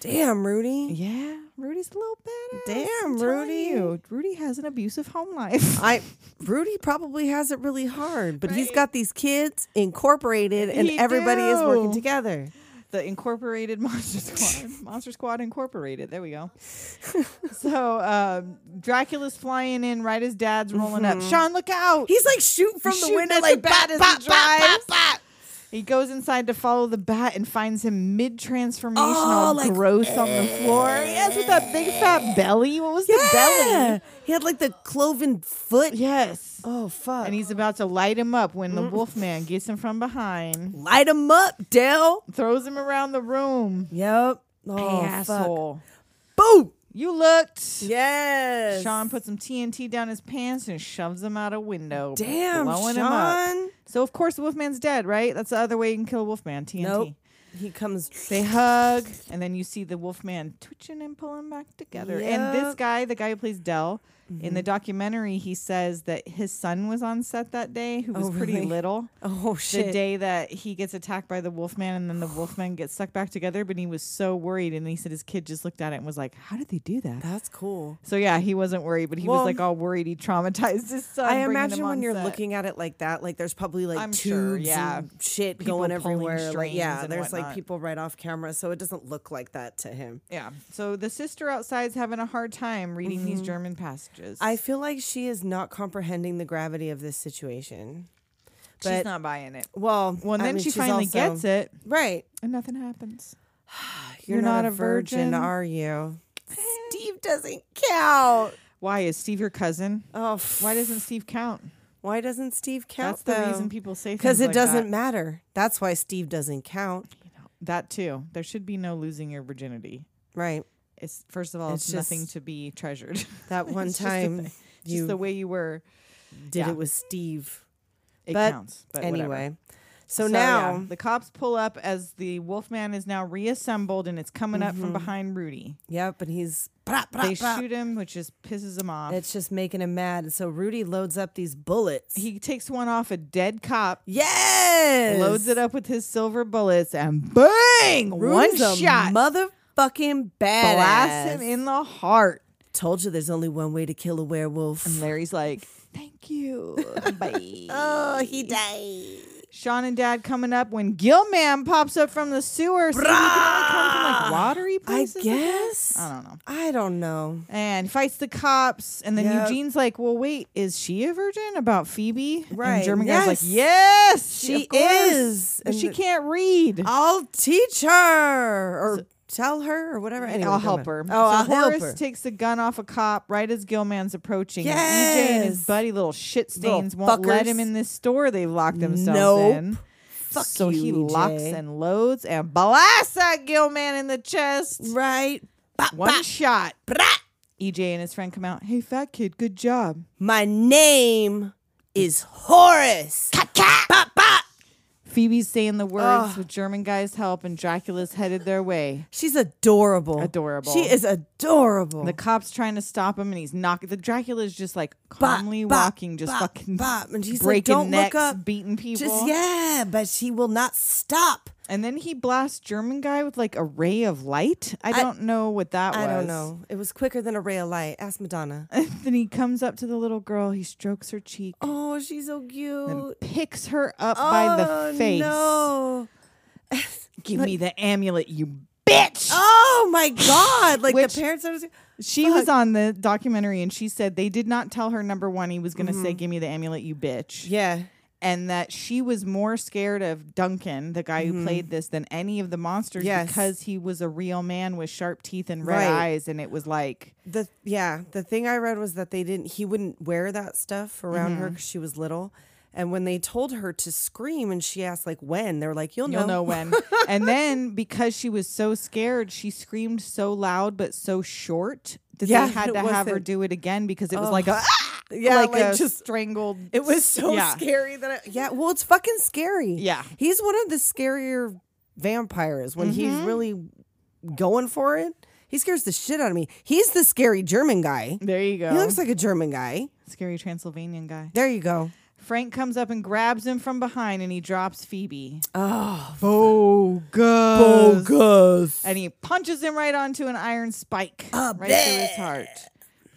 [SPEAKER 6] Damn, Rudy.
[SPEAKER 5] Yeah, Rudy's a little badass.
[SPEAKER 6] Damn,
[SPEAKER 5] I'm telling
[SPEAKER 6] Rudy.
[SPEAKER 5] you. Rudy has an abusive home life.
[SPEAKER 6] I Rudy probably has it really hard, but he's got these kids incorporated, and
[SPEAKER 5] He
[SPEAKER 6] everybody is working
[SPEAKER 5] do.
[SPEAKER 6] together.
[SPEAKER 5] the Incorporated Monster Squad. Monster Squad Incorporated. There we go. so um, Dracula's flying in right as Dad's rolling up. Sean, look out!
[SPEAKER 6] Mm-hmm. He's like shooting from the
[SPEAKER 5] shooting
[SPEAKER 6] window,
[SPEAKER 5] at the
[SPEAKER 6] like
[SPEAKER 5] bat
[SPEAKER 6] bat,
[SPEAKER 5] as
[SPEAKER 6] bat,
[SPEAKER 5] he
[SPEAKER 6] bat, bat,
[SPEAKER 5] drives.
[SPEAKER 6] bat.
[SPEAKER 5] He goes inside to follow the bat and finds him mid-transformation,
[SPEAKER 6] Oh,
[SPEAKER 5] all
[SPEAKER 6] like-
[SPEAKER 5] gross on the floor. Yes, with that big fat belly. What was the
[SPEAKER 6] Yeah,
[SPEAKER 5] belly?
[SPEAKER 6] he had like the cloven foot.
[SPEAKER 5] Yes.
[SPEAKER 6] Oh fuck!
[SPEAKER 5] And he's about to light him up when the
[SPEAKER 6] Mm.
[SPEAKER 5] Wolfman gets him from behind,
[SPEAKER 6] light him up, Dale.
[SPEAKER 5] throws him around the room.
[SPEAKER 6] Yep. Oh fuck!
[SPEAKER 5] Asshole.
[SPEAKER 6] Boom.
[SPEAKER 5] You looked.
[SPEAKER 6] Yes.
[SPEAKER 5] Sean puts some TNT down his pants and shoves him out a window.
[SPEAKER 6] Damn,
[SPEAKER 5] blowing him up.
[SPEAKER 6] Sean.
[SPEAKER 5] So of course the Wolfman's dead, right? That's the other way you can kill a Wolfman. TNT.
[SPEAKER 6] Nope. He comes.
[SPEAKER 5] They hug, and then you see the Wolfman twitching and pulling back together. And this
[SPEAKER 6] Yep. Mm-hmm.
[SPEAKER 5] guy, the guy who plays Dell, in the documentary, he says that his son was on set that day, who was pretty
[SPEAKER 6] really?
[SPEAKER 5] little.
[SPEAKER 6] Oh shit!
[SPEAKER 5] The day that he gets attacked by the Wolfman, and then the Wolfman gets stuck back together, but he was so worried, and he said his kid just looked at it and was like, "How did they do that?"
[SPEAKER 6] That's cool.
[SPEAKER 5] So yeah, he wasn't worried, but he was
[SPEAKER 6] Well,
[SPEAKER 5] like all worried. He traumatized his son.
[SPEAKER 6] I
[SPEAKER 5] bringing
[SPEAKER 6] imagine
[SPEAKER 5] him
[SPEAKER 6] when
[SPEAKER 5] on
[SPEAKER 6] you're
[SPEAKER 5] set.
[SPEAKER 6] looking at it like that, like there's probably like
[SPEAKER 5] I'm
[SPEAKER 6] tubes
[SPEAKER 5] sure, yeah.
[SPEAKER 6] and shit
[SPEAKER 5] People
[SPEAKER 6] going
[SPEAKER 5] pulling
[SPEAKER 6] everywhere. Like,
[SPEAKER 5] strings
[SPEAKER 6] yeah,
[SPEAKER 5] and
[SPEAKER 6] there's
[SPEAKER 5] whatnot.
[SPEAKER 6] like people right off camera, so it doesn't look like that to him.
[SPEAKER 5] yeah. So the sister outside's having a hard time reading these German passages.
[SPEAKER 6] Mm-hmm. I feel like she is not comprehending the gravity of this situation.
[SPEAKER 5] she's
[SPEAKER 6] but-
[SPEAKER 5] not buying it.
[SPEAKER 6] Well,
[SPEAKER 5] Well, and
[SPEAKER 6] I
[SPEAKER 5] then
[SPEAKER 6] mean,
[SPEAKER 5] she
[SPEAKER 6] she's
[SPEAKER 5] finally
[SPEAKER 6] also-
[SPEAKER 5] gets it,
[SPEAKER 6] Right.
[SPEAKER 5] and nothing happens.
[SPEAKER 6] You're, not, a virgin, are you? Steve doesn't count.
[SPEAKER 5] Why is Steve your cousin?
[SPEAKER 6] Oh,
[SPEAKER 5] Why doesn't Steve count?
[SPEAKER 6] why doesn't Steve count?
[SPEAKER 5] That's the
[SPEAKER 6] though?
[SPEAKER 5] reason people say
[SPEAKER 6] because
[SPEAKER 5] things
[SPEAKER 6] it
[SPEAKER 5] like
[SPEAKER 6] doesn't
[SPEAKER 5] that.
[SPEAKER 6] matter. That's why Steve doesn't count.
[SPEAKER 5] That too. There should be no losing your virginity.
[SPEAKER 6] Right.
[SPEAKER 5] It's first of all, it's,
[SPEAKER 6] It's
[SPEAKER 5] nothing
[SPEAKER 6] just-
[SPEAKER 5] to be treasured.
[SPEAKER 6] That one
[SPEAKER 5] It's just the
[SPEAKER 6] time
[SPEAKER 5] thing.
[SPEAKER 6] you
[SPEAKER 5] just the way you were,
[SPEAKER 6] did
[SPEAKER 5] yeah.
[SPEAKER 6] it with Steve.
[SPEAKER 5] it
[SPEAKER 6] But
[SPEAKER 5] counts. But whatever.
[SPEAKER 6] anyway, so,
[SPEAKER 5] So,
[SPEAKER 6] now
[SPEAKER 5] yeah, the cops pull up as the Wolfman is now reassembled and it's coming up from behind Rudy.
[SPEAKER 6] yeah, but he's brah, brah,
[SPEAKER 5] They
[SPEAKER 6] brah.
[SPEAKER 5] shoot him, which just pisses him off.
[SPEAKER 6] It's just making him mad. So Rudy loads up these bullets.
[SPEAKER 5] he takes one off a dead cop,
[SPEAKER 6] yes,
[SPEAKER 5] loads it up with his silver bullets, and bang!
[SPEAKER 6] Rudy's
[SPEAKER 5] one
[SPEAKER 6] a
[SPEAKER 5] shot.
[SPEAKER 6] motherfucking badass.
[SPEAKER 5] blasts him in the heart.
[SPEAKER 6] Told you, there's only one way to kill a werewolf.
[SPEAKER 5] And Larry's like, thank you. Bye.
[SPEAKER 6] Oh, he died.
[SPEAKER 5] Uh, Sean and Dad coming up when Gilman pops up from the sewer. So he can only come from like watery
[SPEAKER 6] I
[SPEAKER 5] places.
[SPEAKER 6] guess.
[SPEAKER 5] I don't know.
[SPEAKER 6] I don't know.
[SPEAKER 5] and fights the cops. And then
[SPEAKER 6] Yep.
[SPEAKER 5] Eugene's like, "Well, wait, is she a virgin?" About Phoebe, And
[SPEAKER 6] Right.
[SPEAKER 5] German guy's like,
[SPEAKER 6] yes,
[SPEAKER 5] "Yes,
[SPEAKER 6] she
[SPEAKER 5] of course,
[SPEAKER 6] is.
[SPEAKER 5] but
[SPEAKER 6] And
[SPEAKER 5] she
[SPEAKER 6] the-
[SPEAKER 5] can't read."
[SPEAKER 6] I'll teach her or tell her or whatever. Anyway,
[SPEAKER 5] I'll
[SPEAKER 6] don't
[SPEAKER 5] help
[SPEAKER 6] matter.
[SPEAKER 5] her.
[SPEAKER 6] Oh,
[SPEAKER 5] so
[SPEAKER 6] I'll
[SPEAKER 5] Horace
[SPEAKER 6] help her.
[SPEAKER 5] takes the gun off a cop right as Gilman's approaching. And EJ and his
[SPEAKER 6] Yes.
[SPEAKER 5] buddy, little shit
[SPEAKER 6] Little
[SPEAKER 5] stains, won't let
[SPEAKER 6] fuckers.
[SPEAKER 5] him in this store they've locked themselves
[SPEAKER 6] Nope.
[SPEAKER 5] in.
[SPEAKER 6] Fuck
[SPEAKER 5] so
[SPEAKER 6] you, E
[SPEAKER 5] he
[SPEAKER 6] EJ.
[SPEAKER 5] locks and loads and blasts that Gilman in the chest.
[SPEAKER 6] right. Ba,
[SPEAKER 5] One
[SPEAKER 6] ba,
[SPEAKER 5] shot.
[SPEAKER 6] bra.
[SPEAKER 5] EJ and his friend come out. Hey, fat kid, good job.
[SPEAKER 6] My name is Horace. Ba, ba.
[SPEAKER 5] Phoebe's saying the words with German guys' help, and Dracula's headed their way.
[SPEAKER 6] She's adorable.
[SPEAKER 5] Adorable.
[SPEAKER 6] She is adorable.
[SPEAKER 5] The cop's trying to stop him, and he's knocking. The Dracula's just like
[SPEAKER 6] Bop,
[SPEAKER 5] calmly
[SPEAKER 6] bop,
[SPEAKER 5] walking, just
[SPEAKER 6] bop,
[SPEAKER 5] fucking
[SPEAKER 6] bop. And she's like,
[SPEAKER 5] breaking
[SPEAKER 6] "Don't
[SPEAKER 5] necks,
[SPEAKER 6] look up,
[SPEAKER 5] beating people."
[SPEAKER 6] Just yeah, but she will not stop.
[SPEAKER 5] And then he blasts German guy with like a ray of light. I, don't know what that
[SPEAKER 6] I don't
[SPEAKER 5] was.
[SPEAKER 6] know. It was quicker than a ray of light. Ask Madonna.
[SPEAKER 5] then he comes up to the little girl. He strokes her cheek
[SPEAKER 6] oh, she's so cute.
[SPEAKER 5] and picks her up by the
[SPEAKER 6] Oh,
[SPEAKER 5] face.
[SPEAKER 6] No.
[SPEAKER 5] Give me the amulet, you bitch.
[SPEAKER 6] Oh my god! Like
[SPEAKER 5] Which-
[SPEAKER 6] the parents are.
[SPEAKER 5] She was on the documentary and she said they did not tell her number one he was going to say, Give me the amulet, you bitch.
[SPEAKER 6] Mm-hmm. Yeah.
[SPEAKER 5] And that she was more scared of Duncan, the guy who played this, than any of the monsters
[SPEAKER 6] Mm-hmm. Yes.
[SPEAKER 5] because he was a real man with sharp teeth and red
[SPEAKER 6] Right.
[SPEAKER 5] eyes. And it was like,
[SPEAKER 6] The yeah, the thing I read was that they didn't. He wouldn't wear that stuff around her
[SPEAKER 5] Mm-hmm.
[SPEAKER 6] because she was little. And when they told her to scream, and she asked like when, they were like, "You'll,
[SPEAKER 5] You'll know when. and then because she was so scared, she screamed so loud but so short that
[SPEAKER 6] Yeah,
[SPEAKER 5] they had
[SPEAKER 6] it
[SPEAKER 5] to have her
[SPEAKER 6] wasn't-
[SPEAKER 5] do it again because it was like a "Ah!"
[SPEAKER 6] Yeah,
[SPEAKER 5] like,
[SPEAKER 6] like
[SPEAKER 5] a
[SPEAKER 6] just-
[SPEAKER 5] strangled.
[SPEAKER 6] It was so
[SPEAKER 5] yeah.
[SPEAKER 6] scary that I, yeah, well, it's fucking scary.
[SPEAKER 5] Yeah.
[SPEAKER 6] he's one of the scarier vampires when
[SPEAKER 5] Mm-hmm.
[SPEAKER 6] he's really going for it. He scares the shit out of me. He's the scary German guy.
[SPEAKER 5] There you go.
[SPEAKER 6] He looks like a German guy.
[SPEAKER 5] Scary Transylvanian guy.
[SPEAKER 6] There you go.
[SPEAKER 5] Frank comes up and grabs him from behind and he drops Phoebe.
[SPEAKER 6] Oh,
[SPEAKER 5] Bogus.
[SPEAKER 6] bogus.
[SPEAKER 5] And he punches him right onto an iron spike
[SPEAKER 6] A
[SPEAKER 5] right through his heart.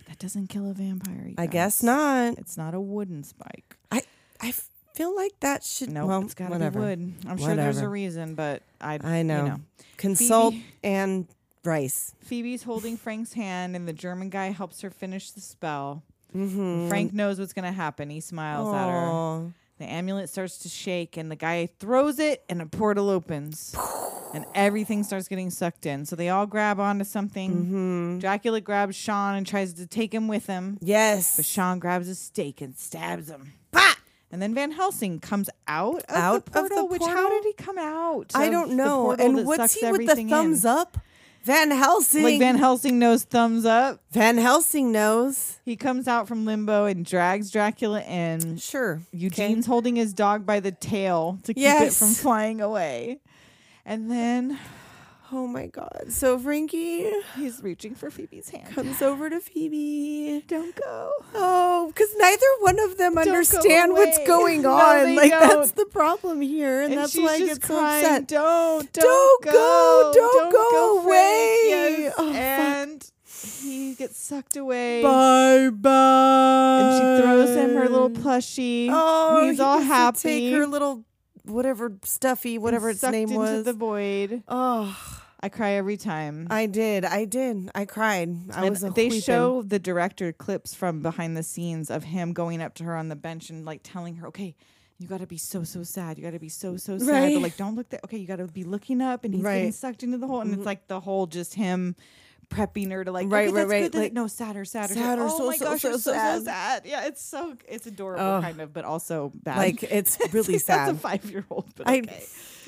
[SPEAKER 5] That doesn't kill a vampire. you
[SPEAKER 6] I guess
[SPEAKER 5] guys.
[SPEAKER 6] not.
[SPEAKER 5] It's not a wooden spike.
[SPEAKER 6] I I feel like that should
[SPEAKER 5] No,
[SPEAKER 6] well,
[SPEAKER 5] it's got to be
[SPEAKER 6] whatever.
[SPEAKER 5] wood. I'm sure there's a
[SPEAKER 6] Whatever.
[SPEAKER 5] reason, but I
[SPEAKER 6] I
[SPEAKER 5] you
[SPEAKER 6] know. Consult
[SPEAKER 5] Phoebe-
[SPEAKER 6] and Bryce.
[SPEAKER 5] Phoebe's holding Frank's hand, and the German guy helps her finish the spell. Frank knows what's going to happen. He smiles at her.
[SPEAKER 6] Mm-hmm. Aw.
[SPEAKER 5] The amulet starts to shake, and the guy throws it, and a portal opens. And everything starts getting sucked in. So they all grab onto something.
[SPEAKER 6] Mm-hmm.
[SPEAKER 5] Dracula grabs Sean and tries to take him with him. But
[SPEAKER 6] Yes.
[SPEAKER 5] Sean grabs a stake and stabs him.
[SPEAKER 6] Bah!
[SPEAKER 5] And then Van Helsing comes out of
[SPEAKER 6] Out of
[SPEAKER 5] the
[SPEAKER 6] the
[SPEAKER 5] portal. which how
[SPEAKER 6] portal?
[SPEAKER 5] did he come out?
[SPEAKER 6] I
[SPEAKER 5] of the
[SPEAKER 6] don't know.
[SPEAKER 5] portal
[SPEAKER 6] And
[SPEAKER 5] that
[SPEAKER 6] what's
[SPEAKER 5] sucks
[SPEAKER 6] he with the
[SPEAKER 5] everything
[SPEAKER 6] thumbs
[SPEAKER 5] in?
[SPEAKER 6] up? Van Helsing.
[SPEAKER 5] Like Van Helsing knows thumbs up.
[SPEAKER 6] Van Helsing knows.
[SPEAKER 5] He comes out from limbo and drags Dracula in.
[SPEAKER 6] Sure.
[SPEAKER 5] Eugene's holding his dog by the tail to keep it
[SPEAKER 6] Yes.
[SPEAKER 5] from flying away. And then
[SPEAKER 6] Oh my god. So Frankie
[SPEAKER 5] he's reaching for Phoebe's hand.
[SPEAKER 6] comes over to Phoebe.
[SPEAKER 5] Don't go.
[SPEAKER 6] Oh, because neither one of them
[SPEAKER 5] go
[SPEAKER 6] understand what's
[SPEAKER 5] away.
[SPEAKER 6] going
[SPEAKER 5] No,
[SPEAKER 6] on.
[SPEAKER 5] they
[SPEAKER 6] like that's
[SPEAKER 5] don't.
[SPEAKER 6] the problem here, and,
[SPEAKER 5] And
[SPEAKER 6] that's
[SPEAKER 5] she's
[SPEAKER 6] why I
[SPEAKER 5] just
[SPEAKER 6] get so
[SPEAKER 5] crying,
[SPEAKER 6] upset.
[SPEAKER 5] Don't,
[SPEAKER 6] Don't
[SPEAKER 5] don't, go.
[SPEAKER 6] go, don't go
[SPEAKER 5] Frank."
[SPEAKER 6] away.
[SPEAKER 5] Yes.
[SPEAKER 6] Oh, fuck.
[SPEAKER 5] and he gets sucked away.
[SPEAKER 6] Bye bye.
[SPEAKER 5] And she throws him her little plushie.
[SPEAKER 6] Oh,
[SPEAKER 5] he's
[SPEAKER 6] he
[SPEAKER 5] all
[SPEAKER 6] gets
[SPEAKER 5] happy.
[SPEAKER 6] To take her little whatever stuffy, whatever its
[SPEAKER 5] Sucked
[SPEAKER 6] name
[SPEAKER 5] into
[SPEAKER 6] was.
[SPEAKER 5] the void.
[SPEAKER 6] oh,
[SPEAKER 5] I cry every time.
[SPEAKER 6] I did, I did, I cried. I
[SPEAKER 5] And
[SPEAKER 6] was. A
[SPEAKER 5] they
[SPEAKER 6] weeping.
[SPEAKER 5] show the director clips from behind the scenes of him going up to her on the bench and like telling her, "Okay, you got to be so so sad. You got to be so so sad. But
[SPEAKER 6] Right.
[SPEAKER 5] like, don't look that. Okay, you got to be looking up." And he's getting
[SPEAKER 6] Right. Mm-hmm.
[SPEAKER 5] sucked into the hole, and it's like the whole just him prepping her to like,
[SPEAKER 6] Right, right,
[SPEAKER 5] "Okay, that's
[SPEAKER 6] right,
[SPEAKER 5] Good. That's-
[SPEAKER 6] like,
[SPEAKER 5] no, sadder, sadder,
[SPEAKER 6] sadder,
[SPEAKER 5] Oh
[SPEAKER 6] so,
[SPEAKER 5] my
[SPEAKER 6] so,
[SPEAKER 5] gosh,
[SPEAKER 6] so
[SPEAKER 5] you're so so
[SPEAKER 6] sad.
[SPEAKER 5] sad. Yeah, it's so it's adorable,
[SPEAKER 6] Ugh.
[SPEAKER 5] kind of, but also bad.
[SPEAKER 6] like it's
[SPEAKER 5] It's
[SPEAKER 6] really
[SPEAKER 5] like,
[SPEAKER 6] sad.
[SPEAKER 5] That's a five year old, but
[SPEAKER 6] I-
[SPEAKER 5] okay.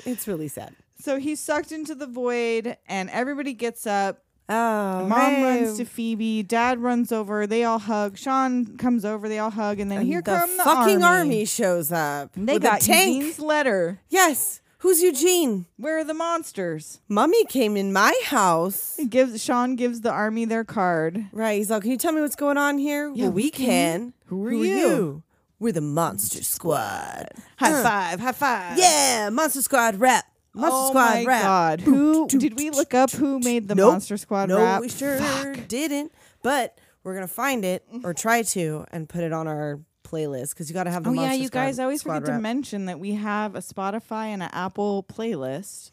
[SPEAKER 6] It's really sad.
[SPEAKER 5] so he's sucked into the void, and everybody gets up.
[SPEAKER 6] Oh,
[SPEAKER 5] Mom
[SPEAKER 6] man.
[SPEAKER 5] runs to Phoebe. Dad runs over. They all hug. Sean comes over. They all hug. And then
[SPEAKER 6] And
[SPEAKER 5] here
[SPEAKER 6] the
[SPEAKER 5] come the
[SPEAKER 6] fucking army.
[SPEAKER 5] army.
[SPEAKER 6] shows up.
[SPEAKER 5] They
[SPEAKER 6] with
[SPEAKER 5] got
[SPEAKER 6] a tank.
[SPEAKER 5] Eugene's letter.
[SPEAKER 6] Yes. Who's Eugene?
[SPEAKER 5] Where are the monsters?
[SPEAKER 6] Mummy came in my house.
[SPEAKER 5] He gives Sean gives the army their card.
[SPEAKER 6] Right. He's like, can you tell me what's going on here?
[SPEAKER 5] Yeah,
[SPEAKER 6] well, we can.
[SPEAKER 5] Who are you? Uh,
[SPEAKER 6] We're the Monster Squad.
[SPEAKER 5] High five! High five!
[SPEAKER 6] Yeah, Monster Squad rap. Monster
[SPEAKER 5] Oh
[SPEAKER 6] Squad
[SPEAKER 5] my
[SPEAKER 6] rap.
[SPEAKER 5] god! Who did we look up? Who made the
[SPEAKER 6] Nope.
[SPEAKER 5] Monster Squad
[SPEAKER 6] no,
[SPEAKER 5] rap?
[SPEAKER 6] we sure didn't. But we're gonna find it or try to and put it on our playlist because you got to have the
[SPEAKER 5] Oh
[SPEAKER 6] Monster
[SPEAKER 5] yeah, you
[SPEAKER 6] Squad-
[SPEAKER 5] guys! I always
[SPEAKER 6] Squad
[SPEAKER 5] forget to
[SPEAKER 6] rap.
[SPEAKER 5] mention that we have a Spotify and an Apple playlist.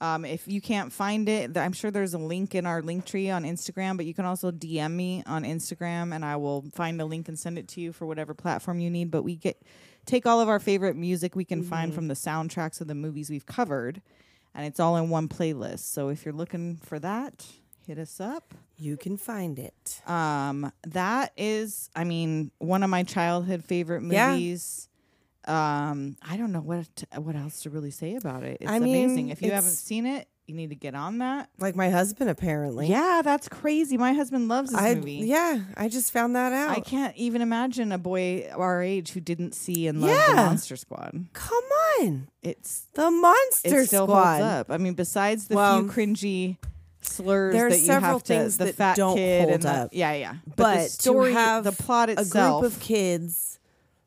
[SPEAKER 5] Um, if you can't find it, th- I'm sure there's a link in our link tree on Instagram, but you can also DM me on Instagram and I will find a link and send it to you for whatever platform you need. But we get take all of our favorite music we can
[SPEAKER 6] Mm-hmm.
[SPEAKER 5] find from the soundtracks of the movies we've covered, and it's all in one playlist. So if you're looking for that, hit us up.
[SPEAKER 6] You can find it.
[SPEAKER 5] Um, that is, I mean, one of my childhood favorite
[SPEAKER 6] Yeah.
[SPEAKER 5] movies. Um, I don't know what to, what else to really say about it. It's
[SPEAKER 6] I
[SPEAKER 5] amazing.
[SPEAKER 6] mean,
[SPEAKER 5] If you haven't
[SPEAKER 6] it's-
[SPEAKER 5] seen it, you need to get on that.
[SPEAKER 6] Like my husband, apparently.
[SPEAKER 5] Yeah, that's crazy. My husband loves this
[SPEAKER 6] I
[SPEAKER 5] movie.
[SPEAKER 6] yeah, I just found that out.
[SPEAKER 5] I can't even imagine a boy our age who didn't see and love the
[SPEAKER 6] Yeah.
[SPEAKER 5] Monster Squad.
[SPEAKER 6] Come on,
[SPEAKER 5] It's
[SPEAKER 6] the Monster
[SPEAKER 5] it still
[SPEAKER 6] Squad.
[SPEAKER 5] holds up. I mean, besides the
[SPEAKER 6] Well,
[SPEAKER 5] few cringy slurs
[SPEAKER 6] there are
[SPEAKER 5] that you
[SPEAKER 6] several
[SPEAKER 5] have to,
[SPEAKER 6] things
[SPEAKER 5] the
[SPEAKER 6] that
[SPEAKER 5] fat
[SPEAKER 6] don't
[SPEAKER 5] kid
[SPEAKER 6] hold
[SPEAKER 5] and the-
[SPEAKER 6] up.
[SPEAKER 5] yeah, yeah. But,
[SPEAKER 6] But
[SPEAKER 5] the story,
[SPEAKER 6] to have
[SPEAKER 5] the plot itself,
[SPEAKER 6] a group of kids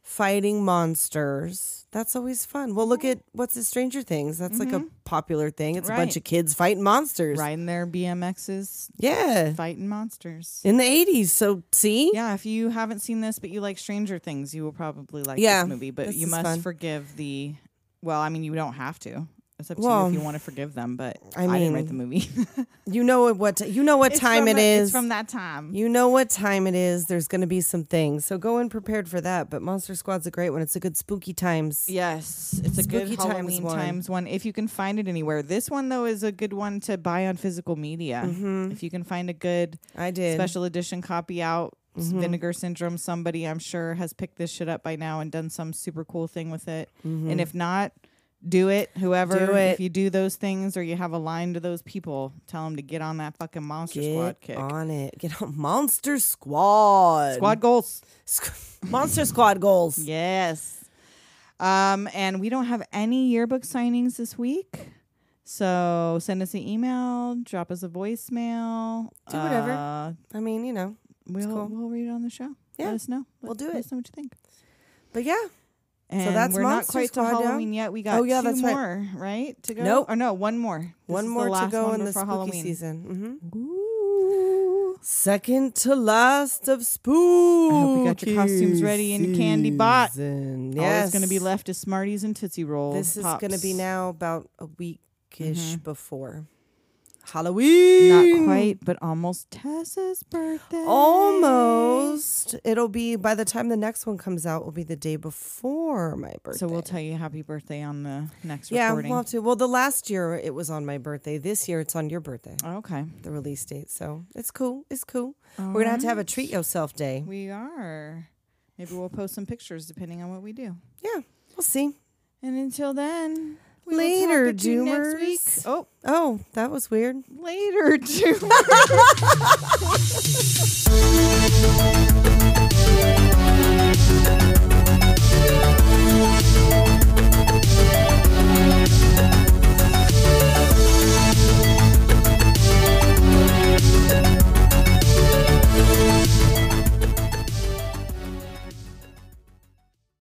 [SPEAKER 6] fighting monsters. That's always fun. Well, look at what's the Stranger Things. That's like a popular thing. It's a bunch
[SPEAKER 5] Mm-hmm. Right.
[SPEAKER 6] of kids fighting monsters.
[SPEAKER 5] riding their BMXs,
[SPEAKER 6] Yeah.
[SPEAKER 5] fighting monsters.
[SPEAKER 6] In the 80s. So, see?
[SPEAKER 5] Yeah, if you haven't seen this, but you like Stranger Things, you will probably like
[SPEAKER 6] Yeah,
[SPEAKER 5] this movie. But
[SPEAKER 6] this
[SPEAKER 5] you
[SPEAKER 6] is
[SPEAKER 5] must
[SPEAKER 6] fun.
[SPEAKER 5] forgive the. Well, I mean, you don't have to. It's up to you
[SPEAKER 6] Well,
[SPEAKER 5] if you want to forgive them. But
[SPEAKER 6] I
[SPEAKER 5] I, didn't
[SPEAKER 6] mean,
[SPEAKER 5] write the movie.
[SPEAKER 6] You know what you know what
[SPEAKER 5] It's
[SPEAKER 6] time
[SPEAKER 5] from
[SPEAKER 6] it
[SPEAKER 5] the-
[SPEAKER 6] is.
[SPEAKER 5] It's from that time.
[SPEAKER 6] you know what time it is. There's going to be some things. So go in prepared for that, but Monster Squad's a great one. It's a good spooky times.
[SPEAKER 5] Yes, it's a
[SPEAKER 6] Spooky
[SPEAKER 5] good
[SPEAKER 6] times
[SPEAKER 5] Halloween times one.
[SPEAKER 6] one.
[SPEAKER 5] If you can find it anywhere, this one though is a good one to buy on physical media.
[SPEAKER 6] Mm-hmm.
[SPEAKER 5] If you can find a good
[SPEAKER 6] I did.
[SPEAKER 5] special edition copy out, s-
[SPEAKER 6] Mm-hmm.
[SPEAKER 5] Vinegar Syndrome. Somebody I'm sure has picked this shit up by now and done some super cool thing with it. And if not, do it. Whoever,
[SPEAKER 6] Mm-hmm. Do
[SPEAKER 5] if
[SPEAKER 6] it.
[SPEAKER 5] you do those things or you have a line to those people, tell them to get on that fucking Monster Squad
[SPEAKER 6] Get
[SPEAKER 5] kick.
[SPEAKER 6] on it. Get on Monster Squad.
[SPEAKER 5] Squad goals.
[SPEAKER 6] Squ- Monster Squad goals.
[SPEAKER 5] Yes. Um, and we don't have any yearbook signings this week. So send us an email, drop us a voicemail.
[SPEAKER 6] Do whatever.
[SPEAKER 5] Uh,
[SPEAKER 6] I mean, you know,
[SPEAKER 5] we'll,
[SPEAKER 6] cool.
[SPEAKER 5] we'll read it on the show.
[SPEAKER 6] Yeah,
[SPEAKER 5] Let us know. Let,
[SPEAKER 6] we'll do
[SPEAKER 5] Let
[SPEAKER 6] it.
[SPEAKER 5] us know what you think.
[SPEAKER 6] but yeah.
[SPEAKER 5] And
[SPEAKER 6] that's
[SPEAKER 5] we're
[SPEAKER 6] Monster
[SPEAKER 5] not quite
[SPEAKER 6] Squad
[SPEAKER 5] to
[SPEAKER 6] down?
[SPEAKER 5] Halloween yet. We got
[SPEAKER 6] Oh, yeah,
[SPEAKER 5] two
[SPEAKER 6] that's right.
[SPEAKER 5] more, right. To go.
[SPEAKER 6] Nope.
[SPEAKER 5] Or no, one more. This
[SPEAKER 6] one
[SPEAKER 5] is the
[SPEAKER 6] more to
[SPEAKER 5] last
[SPEAKER 6] go
[SPEAKER 5] one
[SPEAKER 6] in the
[SPEAKER 5] before
[SPEAKER 6] spooky
[SPEAKER 5] Halloween.
[SPEAKER 6] season. Mhm.
[SPEAKER 5] Ooh.
[SPEAKER 6] Second to last of spook. I
[SPEAKER 5] hope you got your costumes ready and your candy bought.
[SPEAKER 6] Yes,
[SPEAKER 5] All that's going to be left is Smarties and Tootsie Rolls.
[SPEAKER 6] This is going to be
[SPEAKER 5] Pops. Mm-hmm.
[SPEAKER 6] now about a weekish before Halloween.
[SPEAKER 5] Not quite, but almost Tessa's birthday.
[SPEAKER 6] Oh. Almost. It'll be by the time the next one comes out. Will be the day before my birthday.
[SPEAKER 5] So we'll tell you happy birthday on the next
[SPEAKER 6] yeah,
[SPEAKER 5] recording.
[SPEAKER 6] we'll have to. Well, the last year it was on my birthday. This year it's on your birthday.
[SPEAKER 5] okay.
[SPEAKER 6] the release date. So it's cool. It's cool. We're gonna have to have a treat yourself day.
[SPEAKER 5] We are. Maybe we'll post some pictures depending on what we do.
[SPEAKER 6] Yeah, we'll see.
[SPEAKER 5] And until then, we will
[SPEAKER 6] Later,
[SPEAKER 5] talk at you next week.
[SPEAKER 6] Doomers.
[SPEAKER 5] Oh,
[SPEAKER 6] Oh, that was weird.
[SPEAKER 5] later, Doomers.